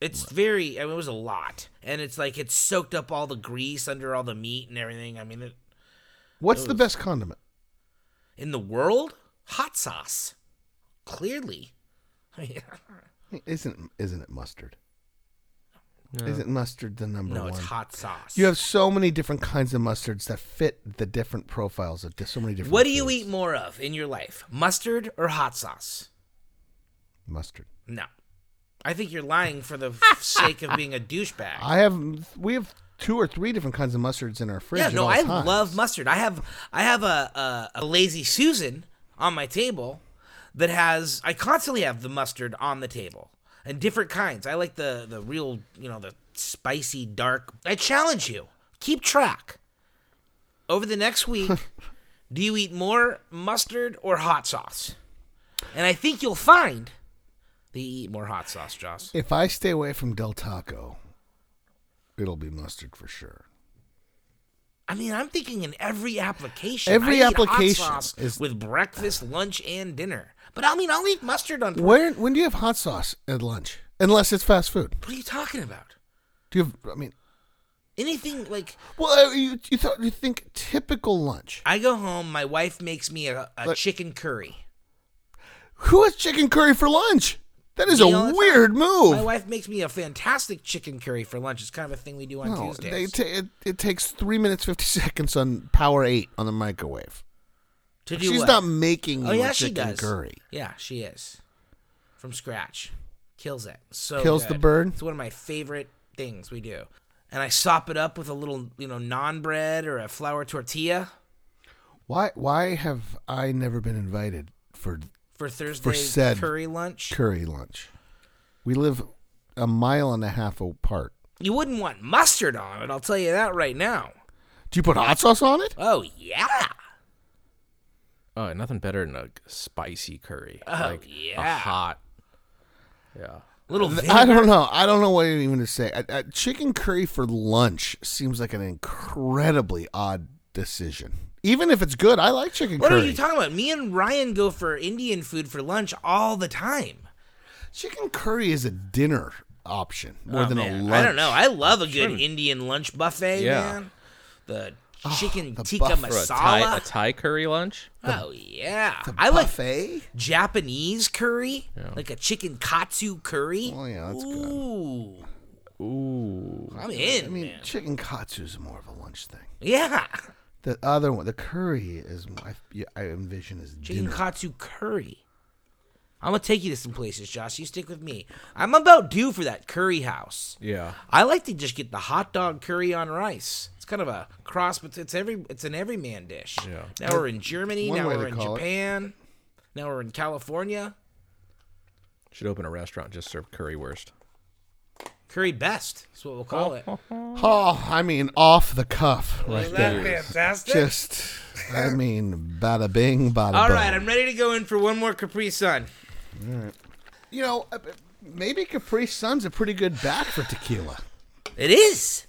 S2: It's very, I mean, it was a lot, and it's like it soaked up all the grease under all the meat and everything. I mean, it,
S3: What's the best condiment?
S2: in the world, hot sauce, clearly. I mean,
S3: Isn't isn't it mustard? Isn't mustard the number
S2: no,
S3: one?
S2: it's hot sauce.
S3: You have so many different kinds of mustards that fit the different profiles of so many different.
S2: What do you
S3: foods.
S2: eat more of in your life, mustard or hot sauce?
S3: Mustard.
S2: No. I think you're lying for the f- sake of being a douchebag.
S3: I have. We have two or three different kinds of mustards in our fridge.
S2: Yeah,
S3: at
S2: no,
S3: all
S2: I
S3: times.
S2: love mustard. I have I have a, a a lazy Susan on my table that has I constantly have the mustard on the table and different kinds. I like the the real, you know, the spicy dark. I challenge you. Keep track. Over the next week, do you eat more mustard or hot sauce? And I think you'll find that you eat more hot sauce, Joss.
S3: If I stay away from Del Taco, it'll be mustard for sure.
S2: I mean, I'm thinking in every application. I
S3: Every
S2: eat hot
S3: application
S2: sauce
S3: is-
S2: with breakfast, lunch, and dinner. But I mean, I'll eat mustard on. What,
S3: Where? When do you have hot sauce at lunch? Unless it's fast food.
S2: are you talking about?
S3: Do you have? I mean,
S2: Anything like
S3: well, uh, you you, thought, you think typical lunch.
S2: I go home, my wife makes me a, a
S3: Look-
S2: chicken curry.
S3: Who has chicken curry for lunch? That is
S2: You
S3: a
S2: know, it's
S3: weird
S2: My
S3: move.
S2: wife makes me a fantastic chicken curry for lunch. It's kind of a thing we do on
S3: No, they
S2: Tuesdays.
S3: ta it, it takes three minutes fifty seconds on power eight on the microwave.
S2: to do
S3: She's
S2: what?
S3: not making
S2: Oh
S3: you
S2: yeah,
S3: a
S2: she
S3: chicken
S2: does.
S3: curry.
S2: Yeah, she is. From scratch, kills it. So
S3: Kills the
S2: good.
S3: bird?
S2: It's one of my favorite things we do. And I sop it up with a little, you know, non bread or a flour tortilla.
S3: Why? Why have I never been invited for
S2: for Thursday
S3: said
S2: curry lunch.
S3: curry lunch? We live a mile and a half apart.
S2: you wouldn't want mustard on it, I'll tell you that right now.
S3: Do you put hot sauce on it?
S2: Oh yeah.
S4: Oh, nothing better than a spicy curry.
S2: Oh,
S4: like
S2: yeah.
S4: a hot. Yeah.
S2: Little
S3: I
S2: vinegar.
S3: don't know. I don't know what even to say. I, I, chicken curry for lunch seems like an incredibly odd decision. Even if it's good, I like chicken
S2: What
S3: curry.
S2: are you talking about? Me and Ryan go for Indian food for lunch all the time.
S3: chicken curry is a dinner option more
S2: Oh,
S3: than a
S2: man.
S3: lunch.
S2: I don't know. I love a good Indian lunch buffet,
S4: Yeah.
S2: man. The chicken
S3: Oh, the
S2: tikka
S3: buff-
S4: For a Thai, a
S2: masala.
S4: Thai curry lunch?
S2: oh yeah.
S3: The
S2: I like
S3: buffet.
S2: Japanese curry, like a chicken katsu curry.
S3: Oh, yeah, that's good.
S2: Ooh,
S4: Ooh.
S2: I'm in,
S3: I mean,
S2: man.
S3: chicken katsu is more of a lunch thing.
S2: Yeah,
S3: The other one, the curry, is more- I, yeah, I envision as
S2: Chicken
S3: dinner.
S2: katsu curry. I'm gonna take you to some places, Josh. You stick with me. I'm about due for that curry house.
S4: Yeah.
S2: I like to just get the hot dog curry on rice. It's kind of a cross, but it's every it's an everyman dish.
S4: Yeah.
S2: Now we're in Germany.
S3: One
S2: now
S3: way to
S2: we're in
S3: call it.
S2: Japan. Now we're in California.
S4: Should open a restaurant just serve currywurst.
S2: Curry best. That's what we'll call it.
S3: Oh, I mean, off the cuff, right
S2: Isn't
S3: there.
S2: that fantastic?
S3: Just, I mean, bada bing, bada boom.
S2: All right, I'm ready to go in for one more Capri Sun.
S3: you know, uh, maybe Capri Sun's a pretty good back for tequila.
S2: It is.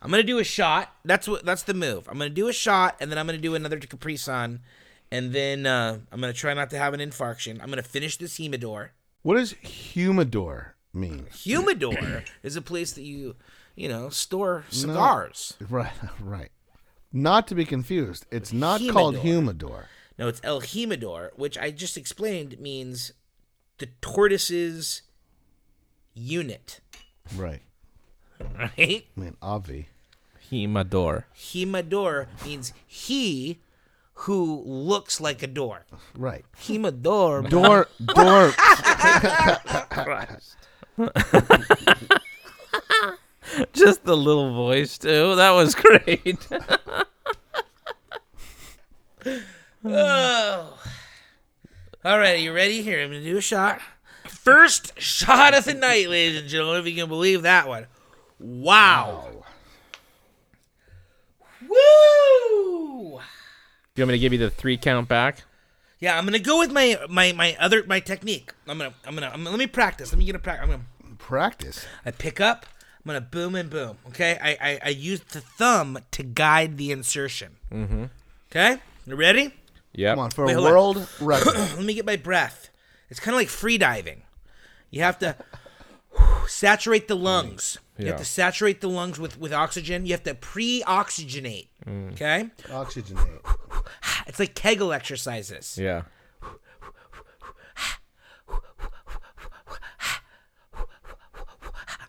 S2: I'm gonna do a shot. That's what. That's the move. I'm gonna do a shot, and then I'm gonna do another Capri Sun, and then uh, I'm gonna try not to have an infarction. I'm gonna finish this humidor.
S3: What does humidor mean?
S2: Humidor is a place that you, you know, store cigars.
S3: Right, right. Not to be confused. It's not called humidor.
S2: No, it's El Humidor, which I just explained means the tortoise's unit,
S3: Right.
S2: right?
S3: I mean, obvi.
S4: Himador.
S2: Himador means he who looks like a door.
S3: Right.
S2: Himador.
S3: Door, door.
S4: Just the little voice too. That was great.
S2: Oh. All right, you ready? Here, I'm going to do a shot. First shot of the night, ladies and gentlemen, if you can believe that one. Wow. Woo!
S4: you want me to give you the three count back?
S2: Yeah, I'm gonna go with my my my other my technique. I'm gonna I'm gonna, I'm gonna let me practice. Let me get a practice. I'm gonna
S3: Practice.
S2: I pick up. I'm gonna boom and boom. Okay, I I, I use the thumb to guide the insertion. Mm-hmm. Okay, you ready?
S4: Yep.
S3: Come on, for
S2: Wait,
S3: a
S2: hold on.
S3: world record.
S2: Let me get my breath. It's kind of like free diving. You have to saturate the lungs. You have
S4: Yeah.
S2: to saturate the lungs with with oxygen. You have to pre-oxygenate. Okay,
S3: Oxygenate.
S2: it's like Kegel exercises.
S4: Yeah.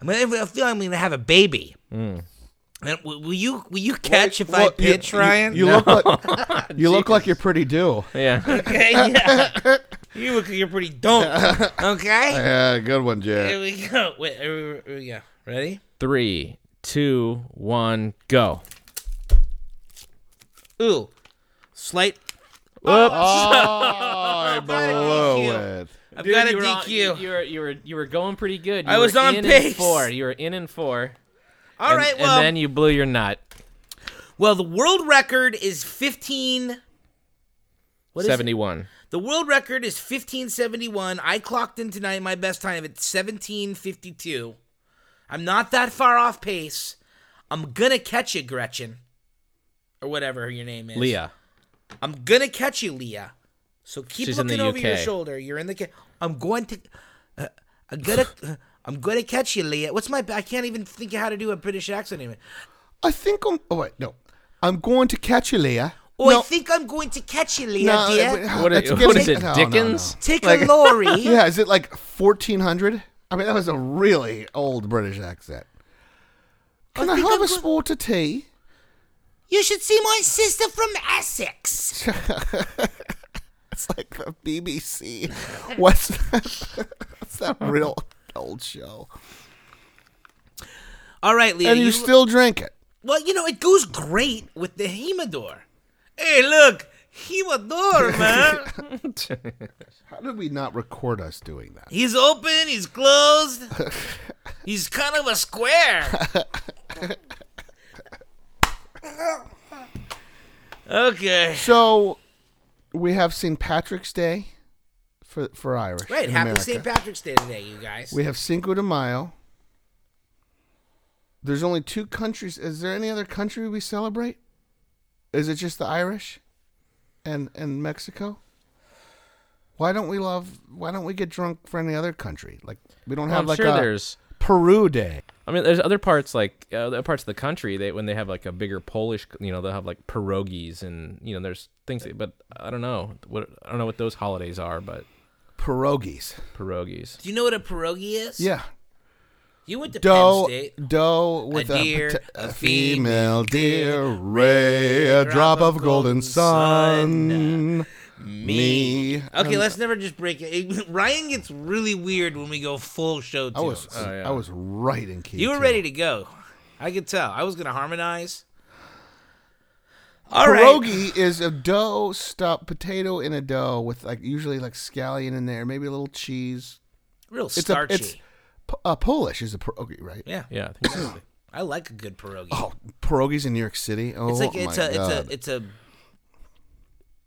S2: I'm gonna I feel I'm gonna have a baby.
S4: Mm.
S2: And w- will you will you catch if I
S3: Well, you-
S2: pitch, Ryan?
S3: You, you look like you look like you're pretty due.
S4: Yeah.
S2: Okay, yeah. you look like you're pretty dope. Okay.
S3: Yeah, good one, Jared.
S2: Here we go. Wait, here we- here we go. Ready?
S4: Three, two, one, go.
S2: Ooh, slight. Oh,
S4: Whoops.
S3: I
S2: you.
S3: blew it.
S2: I've
S4: Dude,
S2: got a
S4: you were on-
S2: DQ.
S4: you, you were you were you were going pretty good. You
S2: I
S4: were
S2: was on
S4: in
S2: pace.
S4: And four. You were in and four.
S2: All
S4: and,
S2: right.
S4: and
S2: Well,
S4: then you blew your nut.
S2: well, the world record is fifteen. What is it?
S4: Seventy-one.
S2: The world record is 1571. I clocked in tonight my best time at 1752. I'm not that far off pace. I'm gonna catch you, Gretchen. Or whatever your name is.
S4: Leah.
S2: I'm gonna catch you, Leah. So keep
S4: She's in
S2: looking
S4: the
S2: over your
S4: UK.
S2: shoulder. You're in the ca- I'm going to uh, I'm gonna uh, I'm gonna catch you, Leah. What's my I can't even think of how to do a British accent even.
S3: I think I'm. Oh wait, no. I'm going to catch you, Leah.
S2: Oh,
S3: no,
S2: I think I'm going to catch you, Leah,
S3: no,
S2: dear.
S3: wait,
S4: What,
S3: that's
S4: is-
S3: getting-
S4: what is it?
S3: no, no, no.
S4: Dickens.
S2: Take a lorry.
S3: Yeah, is it like 1400? I mean, that was a really old British accent. Can I,
S2: think
S3: have
S2: I'm
S3: a
S2: go-
S3: sport of tea?
S2: You should see my sister from Essex.
S3: It's like the BBC. What's that? That's that real old show.
S2: All right, Leah.
S3: And you still drink it.
S2: well, you know, it goes great with the Hemador. Hey, look, Hemador, man.
S3: How did we not record us doing that?
S2: he's open, he's closed, he's kind of a square. okay.
S3: So, we have St. Patrick's Day for for Irish.
S2: Right,
S3: in
S2: happy
S3: America.
S2: St. Patrick's Day today, you guys.
S3: We have Cinco de Mayo. There's only two countries. Is there any other country we celebrate? Is it just the Irish and and Mexico? Why don't we love why don't we get drunk for any other country? Like we don't
S4: Well,
S3: have
S4: I'm
S3: like
S4: sure
S3: a
S4: there's.
S3: Peru Day.
S4: I mean, there's other parts like uh, other parts of the country they when they have like a bigger Polish, you know, they'll have like pierogies and you know, there's things. But I don't know what I don't know what those holidays are, but
S3: Pierogies.
S4: pierogies.
S2: Do you know what a pierogi is?
S3: Yeah.
S2: You went to Penn
S3: Doe
S2: State.
S3: doe with a,
S2: deer,
S3: pota-
S2: a
S3: a
S2: female
S3: female deer, ray, a drop of golden sun. Me.
S2: Okay, let's never just break it. Ryan gets really weird when we go full show.
S3: I was
S2: tunes.
S4: yeah.
S3: I was right in key.
S2: Oh, you were
S3: too.
S2: ready to go. I could tell. I was gonna harmonize. All right.
S3: Pierogi is a dough stuffed potato in a dough with like usually like scallion in there, maybe a little cheese.
S2: Real
S3: It's
S2: starchy.
S3: a it's P- uh, Polish is a pierogi, right?
S2: yeah.
S4: Yeah, I think so.
S2: I like a good pierogi.
S3: Oh, pierogies in New York City. Oh
S2: it's like
S3: my
S2: it's
S3: god!
S2: a it's a it's a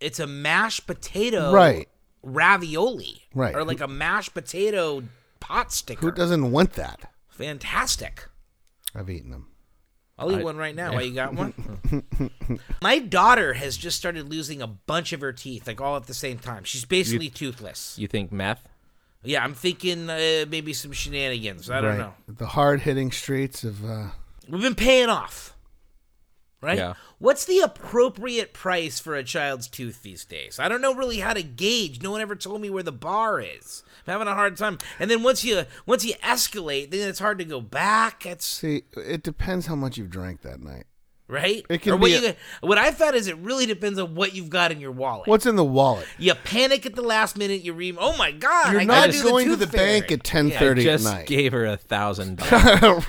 S2: it's a mashed potato
S3: Right.
S2: ravioli.
S3: Right.
S2: Or like a mashed potato pot sticker.
S3: Who doesn't want that?
S2: Fantastic.
S3: I've eaten them.
S2: I'll eat
S4: I-
S2: one right now. Why you got one? My daughter has just started losing a bunch of her teeth, like all at the same time. She's basically toothless.
S4: You think meth?
S2: Yeah, I'm thinking uh, maybe some shenanigans. I don't
S3: right.
S2: know.
S3: The hard hitting streets of uh,
S2: We've been paying off, right?
S4: Yeah.
S2: What's the appropriate price for a child's tooth these days? I don't know really how to gauge. No one ever told me where the bar is. I'm having a hard time. And then once you once you escalate, then it's hard to go back. It's
S3: see. It depends how much you've drank that night.
S2: right.
S3: It can
S2: or what
S3: be a-
S2: you what I found is it really depends on what you've got in your wallet.
S3: What's in the wallet?
S2: You panic at the last minute. You re oh my god!
S3: You're
S2: I
S3: not
S2: gotta do
S3: going
S2: the
S3: to the
S2: tooth
S3: bank
S2: fairy.
S3: at ten
S2: Yeah,
S3: thirty at
S4: Just
S3: night.
S4: gave her a thousand dollars.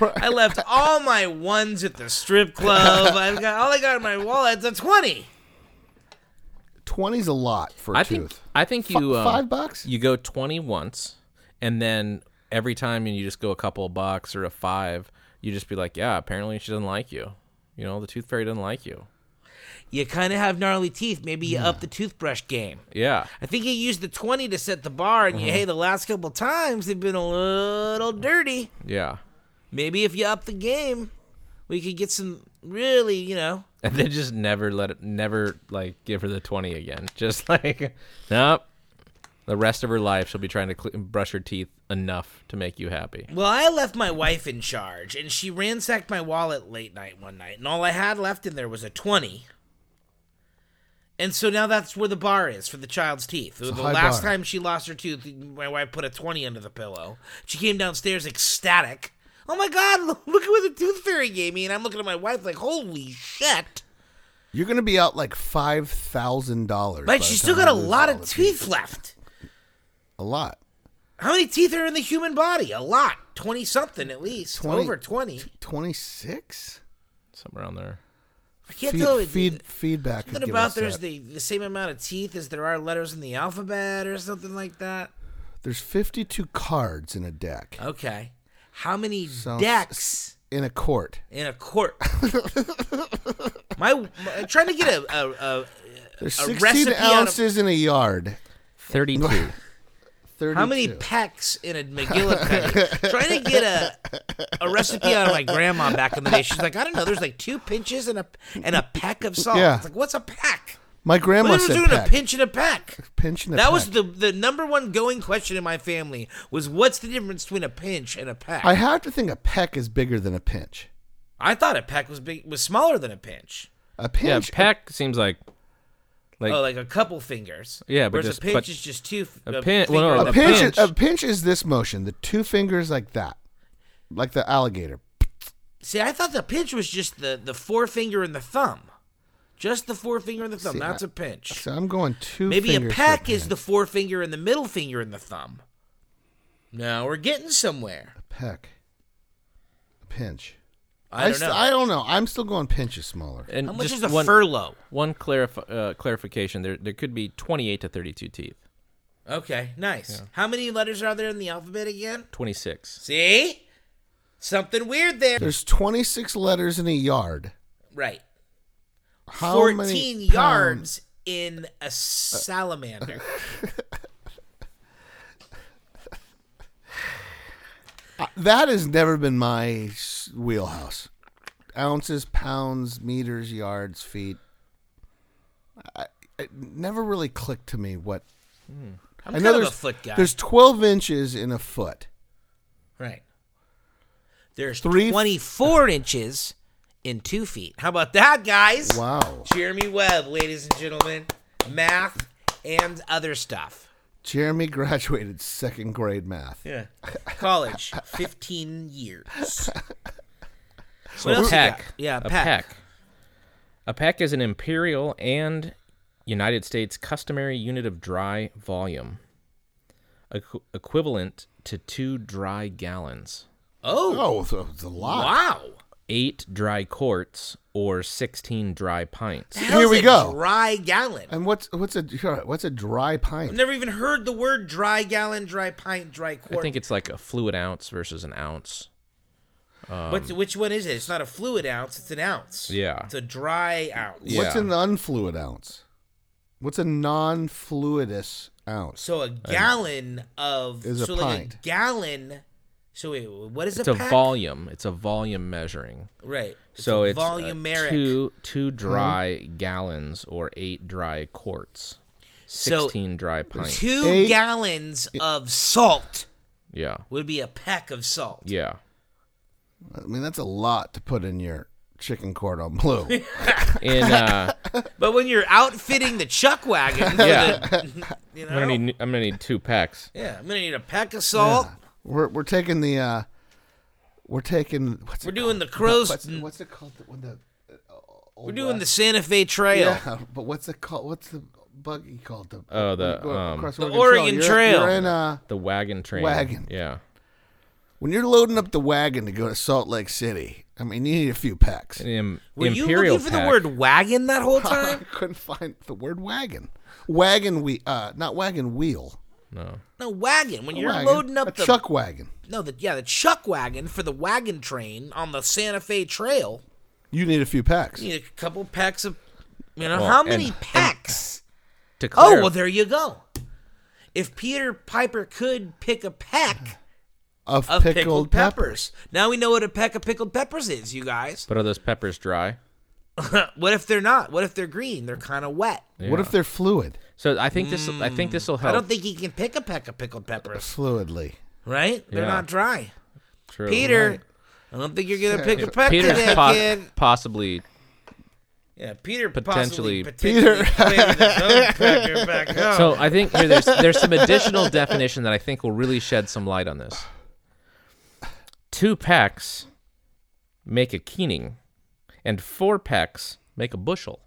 S3: Right.
S2: I left all my ones at the strip club. I've got all I got in my wallet's a twenty.
S3: Twenty's a lot for a
S4: I
S3: tooth.
S4: think I think you um,
S3: five bucks?
S4: You go twenty once, and then every time you just go a couple of bucks or a five. You just be like, yeah. Apparently, she doesn't like you. You know, the tooth fairy doesn't like you.
S2: You kind of have gnarly teeth. Maybe you up the toothbrush game.
S4: Yeah.
S2: I think you used the twenty to set the bar, and you hey, the last couple times they've been a little dirty.
S4: Yeah.
S2: Maybe if you up the game, we could get some really, you know.
S4: And then just never let it, never like give her the 20 again. Just like, nope. The rest of her life, she'll be trying to cl- brush her teeth enough to make you happy.
S2: Well, I left my wife in charge, and she ransacked my wallet late night one night, and all I had left in there was a 20. And so now that's where the bar is for the child's teeth. the
S3: a high
S2: last
S3: bar.
S2: time she lost her tooth, my wife put a 20 under the pillow. She came downstairs ecstatic. Oh my God, look look at what the tooth fairy gave me. And I'm looking at my wife like, holy shit.
S3: You're gonna be out like five thousand dollars.
S2: But she's still got a lot of teeth left.
S3: A lot.
S2: How many teeth are in the human body? A lot. 20 something at least.
S3: 20.
S2: Over 20.
S3: Twenty six.
S4: Somewhere around there.
S2: I can't tell. it-
S3: feed, feedback. could
S2: Something
S3: give
S2: about
S3: us
S2: there's
S3: that.
S2: the, the same amount of teeth as there are letters in the alphabet or something like that.
S3: There's 52 cards in a deck
S2: Uh, Okay. How many
S3: Sounds-
S2: decks
S3: in a court.
S2: in a court? my, my I'm trying to get a, a, a
S3: There's
S2: A
S3: 16
S2: recipe on a-
S3: ounces in a yard.
S4: 32.
S3: 32.
S2: how many pecks in a McGillicuddy? trying to get a a recipe out of my grandma back in the day. She's like, I don't know. There's like two pinches and a and a peck of salt.
S3: Yeah.
S2: It's like, what's a peck?
S3: My grandma
S2: What was
S3: said
S2: doing a
S3: peck.
S2: pinch and a peck?
S3: pinch and a
S2: that was
S3: peck.
S2: the the number one going question in my family was what's the difference between a pinch and a peck?
S3: I have to think a peck is bigger than a pinch.
S2: I thought a peck was big was smaller than a pinch.
S3: A
S4: yeah,
S3: pinch.
S4: peck seems like, like,
S2: oh, like a couple fingers.
S4: Yeah, but
S2: Whereas
S4: just-
S2: a pinch
S4: but-
S2: is just two. f-
S4: A pin-
S2: finger
S4: well, no,
S2: on
S4: a
S2: the
S3: a pinch,
S4: pinch.
S3: A pinch is this motion. The two fingers like that. Like the alligator.
S2: See, I thought the pinch was just the the forefinger and the thumb, just the forefinger and the thumb.
S3: See,
S2: That's
S3: I-
S2: a pinch.
S3: So I'm going two
S2: Maybe a
S3: fingers for
S2: peck is the
S3: pinch.
S2: forefinger and the middle finger and the thumb. No, we're getting somewhere.
S3: A peck. A pinch.
S2: I don't
S3: st-
S2: know.
S3: I don't know. I'm still going pinch is smaller.
S4: and
S2: How much
S4: just
S2: is a
S4: one,
S2: furlough?
S4: one clarif- uh, clarification there, there could be 28 to 32 teeth.
S2: Okay, nice. How many letters are there in the alphabet again?
S4: 26.
S2: See, something weird there.
S3: There's 26 letters in a yard.
S2: Right.
S3: How
S2: 14
S3: many pounds-
S2: yards in a salamander.
S3: That has never been my s- wheelhouse. Ounces, pounds, meters, yards, feet. I, it never really clicked to me what.
S2: Hmm. I'm
S3: I
S2: kind
S3: know
S2: of
S3: there's
S2: a foot guy.
S3: There's 12 inches in a foot.
S2: right. There's
S3: Three-
S2: 24 inches in two feet. How about that, guys?
S3: Wow.
S2: Jeremy Webb, ladies and gentlemen. Math and other stuff.
S3: Jeremy graduated second grade math.
S2: Yeah. College, 15 years.
S4: So
S2: What
S4: a
S2: else you
S4: peck.
S2: got? Yeah,
S4: a
S2: peck.
S4: peck. A peck is an imperial and United States customary unit of dry volume, equ- equivalent to two dry gallons.
S2: Oh,
S3: Oh, so it's a lot.
S2: wow.
S4: eight dry quarts or 16 dry pints.
S2: How's
S3: Here we
S2: a
S3: go.
S2: Dry gallon.
S3: And what's what's a what's a dry
S2: I've
S3: pint?
S2: never even heard the word dry gallon, dry pint, dry
S4: I
S2: quart.
S4: think it's like a fluid ounce versus an ounce.
S2: What's, which one is it? It's not a fluid ounce. It's an ounce.
S4: um, Yeah.
S2: It's a dry ounce.
S4: Yeah.
S3: What's an unfluid ounce? What's a non-fluidous ounce?
S2: So a gallon of
S3: Is a
S2: so like a
S3: pint.
S2: gallon. So wait, what is
S4: It's
S2: a,
S4: a
S2: pack?
S4: volume. It's a volume measuring.
S2: Right.
S4: so
S2: a
S4: it's uh,
S2: volumeric. Hmm?
S4: two two dry gallons or eight dry quarts,
S2: So-
S4: sixteen dry pints.
S2: Two
S3: Eight-
S2: gallons of salt
S4: Yeah,
S2: would be a pack of salt.
S4: yeah.
S3: I mean, that's a lot to put in your chicken cordon bleu.
S4: And uh,
S2: But when you're outfitting the chuck wagon, for
S4: Yeah.
S2: the- you know,
S4: I'm gonna need I'm gonna need two packs.
S2: yeah, I'm gonna need a pack of salt.
S3: we're we're taking the uh, we're taking what's
S2: We're
S3: it,
S2: doing the crow's.
S3: what's, what's it called? The, when the,
S2: we're doing the Santa Fe Trail.
S3: yeah, but what's it called? What's the buggy called? The
S4: Oh, the,
S3: go
S4: um,
S3: across
S2: The Oregon
S3: You're-
S2: Trail.
S3: You're in uh,
S4: The wagon train.
S3: Wagon.
S4: Yeah.
S3: when you're loading up the wagon to go to Salt Lake City. I mean, you need a few packs.
S4: The Im-
S2: Were you
S4: imperial
S2: looking for the
S4: pack.
S2: word wagon that whole
S3: I
S2: time?
S3: couldn't find the word wagon. Wagon we uh not wagon wheel.
S4: No.
S2: no, wagon. When you're
S3: Wagon.
S2: loading up
S3: a
S2: the
S3: chuck wagon.
S2: no, the yeah, the chuck wagon for the wagon train on the Santa Fe Trail.
S3: You need a few packs.
S2: You need a couple packs of, you know,
S4: Well,
S2: how many
S4: and-
S2: packs?
S4: To
S2: oh,
S4: clarify,
S2: well, there you go. If Peter Piper could pick a peck
S3: Of,
S2: of
S3: pickled, peppers.
S2: peppers, now we know what a peck of pickled peppers is, you guys.
S4: but are those peppers dry?
S2: What if they're not? What if they're green? They're kind of wet.
S3: What if they're fluid?
S4: So I think this I think this will help.
S2: I don't think he can pick a peck of pickled peppers,
S3: Fluidly.
S2: right? They're
S4: Yeah.
S2: not dry.
S4: True.
S2: Peter, I don't think you're gonna pick a peck
S4: Peter's
S2: today,
S4: po-
S2: kid.
S4: possibly
S2: Yeah, Peter
S4: Potentially-
S2: potentially, potentially played with his own pecker back up.
S4: So I think here there's there's some additional definition that I think will really shed some light on this. Two pecks make a keening, and four pecks make a bushel.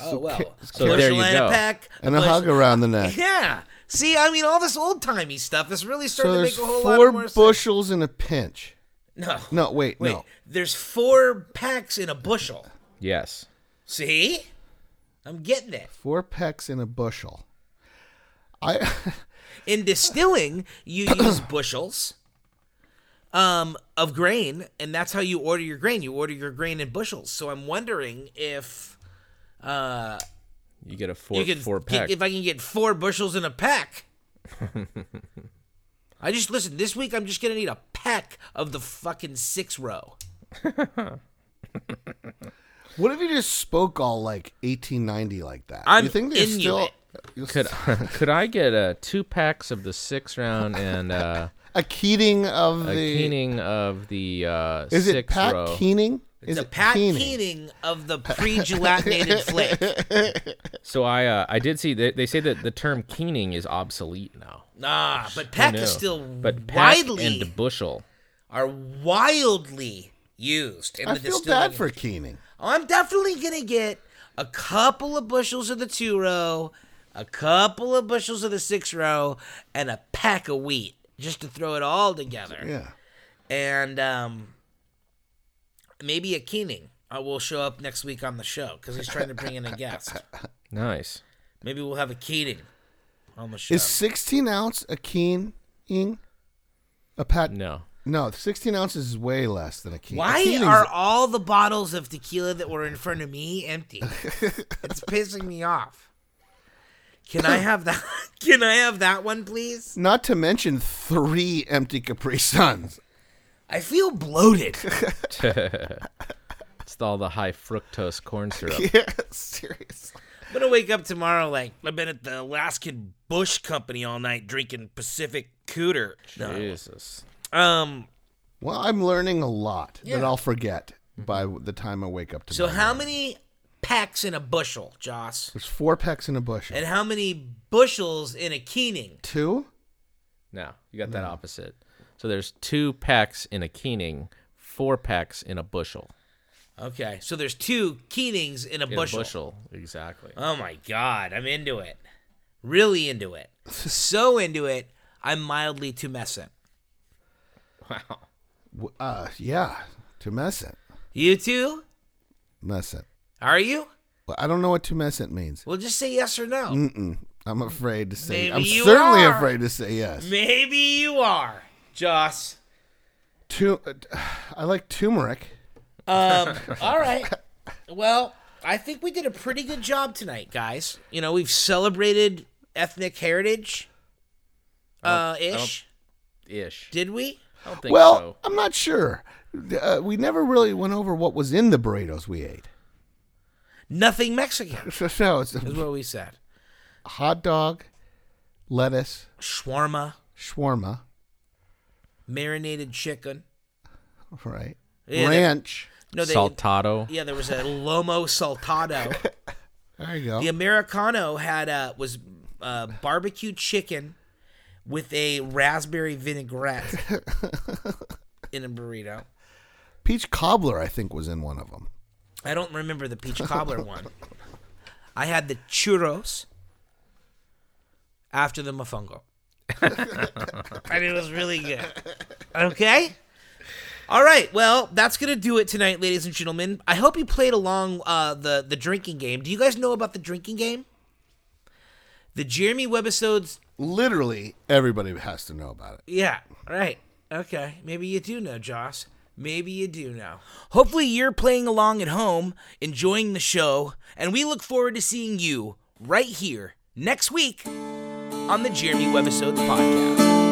S2: oh well,
S4: so there
S2: Bushel
S4: you
S2: and
S4: go.
S2: a peck,
S3: And a
S2: bushel-
S3: hug around the neck.
S2: Yeah. See, I mean, all this old timey stuff is really starting
S3: So
S2: to
S3: there's
S2: make a whole lot
S3: four
S2: more
S3: bushels in a pinch.
S2: sense. No,
S3: No, wait,
S2: wait.
S3: no.
S2: There's four packs in a bushel.
S4: Yes.
S2: See, I'm getting it.
S3: Four pecks in a bushel. I
S2: In distilling, you use bushels um, of grain, and that's how you order your grain. You order your grain in bushels. So I'm wondering if uh,
S4: You get a four
S2: you can
S4: four pack.
S2: if I can get four bushels in a pack. I just listen. This week, I'm just gonna need a pack of the fucking six row.
S3: What if you just spoke all like 1890 like that?
S2: I'm
S3: you think there's still
S2: Inuit.
S4: could could I get uh, two packs of the six round and uh,
S3: a Keating of
S4: a
S3: the
S4: keening of the uh,
S3: Is it
S4: six
S3: Pat
S4: row?
S3: Keening? Is
S2: the
S3: it
S2: Pat
S3: Keening?
S2: Keening of the pre-gelatinated flake.
S4: so I uh, I did see they, they say that the term keening is obsolete now.
S2: Nah, but peck
S4: No.
S2: is still
S4: but pack
S2: widely
S4: and bushel.
S2: are wildly used in
S3: I
S2: the
S3: feel
S2: distilling
S3: bad for Keening.
S2: I'm definitely gonna get a couple of bushels of the two row, a couple of bushels of the six row, and a pack of wheat just to throw it all together.
S3: Yeah.
S2: And um, maybe a keening uh, will show up next week on the show because he's trying to bring in a guest.
S4: Nice.
S2: Maybe we'll have a keening on the show.
S3: Is 16 ounce a Keening? A Pat?
S4: No.
S3: No, 16 ounces is way less than a Keening.
S2: Why are all the bottles of tequila that were in front of me empty? it's pissing me off. Can I have that? Can I have that one, please?
S3: Not to mention three empty Capri Suns.
S2: I feel bloated.
S4: It's all the high fructose corn syrup.
S3: yeah, seriously.
S2: I'm gonna wake up tomorrow like I've been at the Alaskan Bush Company all night drinking Pacific Cooter. No.
S4: Jesus.
S2: Um.
S3: Well, I'm learning a lot that
S2: Yeah. Mm-hmm.
S3: I'll forget by the time I wake up
S2: So
S3: tomorrow.
S2: how many packs in a bushel, Joss?
S3: There's four pecks in a bushel.
S2: And how many bushels in a keening?
S3: Two?
S4: No, you got that opposite. So there's two pecks in a keening, four pecks in a bushel.
S2: Okay, so there's two keenings in a
S4: In
S2: bushel.
S4: a bushel, exactly.
S2: Oh my god, I'm into it. Really into it. so into it, I'm mildly tumescent.
S4: Wow.
S3: W- Uh, yeah, to mess it.
S2: You too?
S3: Mesent.
S2: Are you?
S3: Well, I don't know what to mesent means.
S2: Well, just say yes or no.
S3: I'm afraid to say.
S2: Maybe
S3: I'm
S2: you
S3: certainly
S2: are.
S3: afraid to say yes.
S2: Maybe you are, Joss.
S3: Tu- uh, I like turmeric.
S2: Um, all right. Well, I think we did a pretty good job tonight, guys. You know, we've celebrated ethnic heritage. Uh, ish.
S4: Ish.
S2: Did we?
S4: I don't think
S3: Well,
S4: so.
S3: I'm not sure. Uh, we never really went over what was in the burritos we ate.
S2: Nothing Mexican
S3: So, so it's
S2: is what we said.
S3: hot dog, lettuce,
S2: Shawarma,
S3: shawarma,
S2: marinated chicken.
S3: right?
S2: Yeah, that-
S3: Ranch.
S2: No, they,
S4: Saltado.
S2: Yeah, there was a lomo saltado.
S3: There you go.
S2: The americano had uh, was uh, barbecue chicken with a raspberry vinaigrette in a burrito.
S3: Peach cobbler, I think, was in one of them.
S2: I don't remember the peach cobbler one. I had the churros after the mofongo. and it was really good. Okay? All right. Well, that's going to do it tonight, ladies and gentlemen. I hope you played along uh, the, the drinking game. Do you guys know about the drinking game? The Jeremy Webisodes.
S3: Literally, everybody has to know about it.
S2: Yeah, right. Okay. Maybe you do know, Joss. Maybe you do know. Hopefully, you're playing along at home, enjoying the show, and we look forward to seeing you right here next week on the Jeremy Webisodes podcast.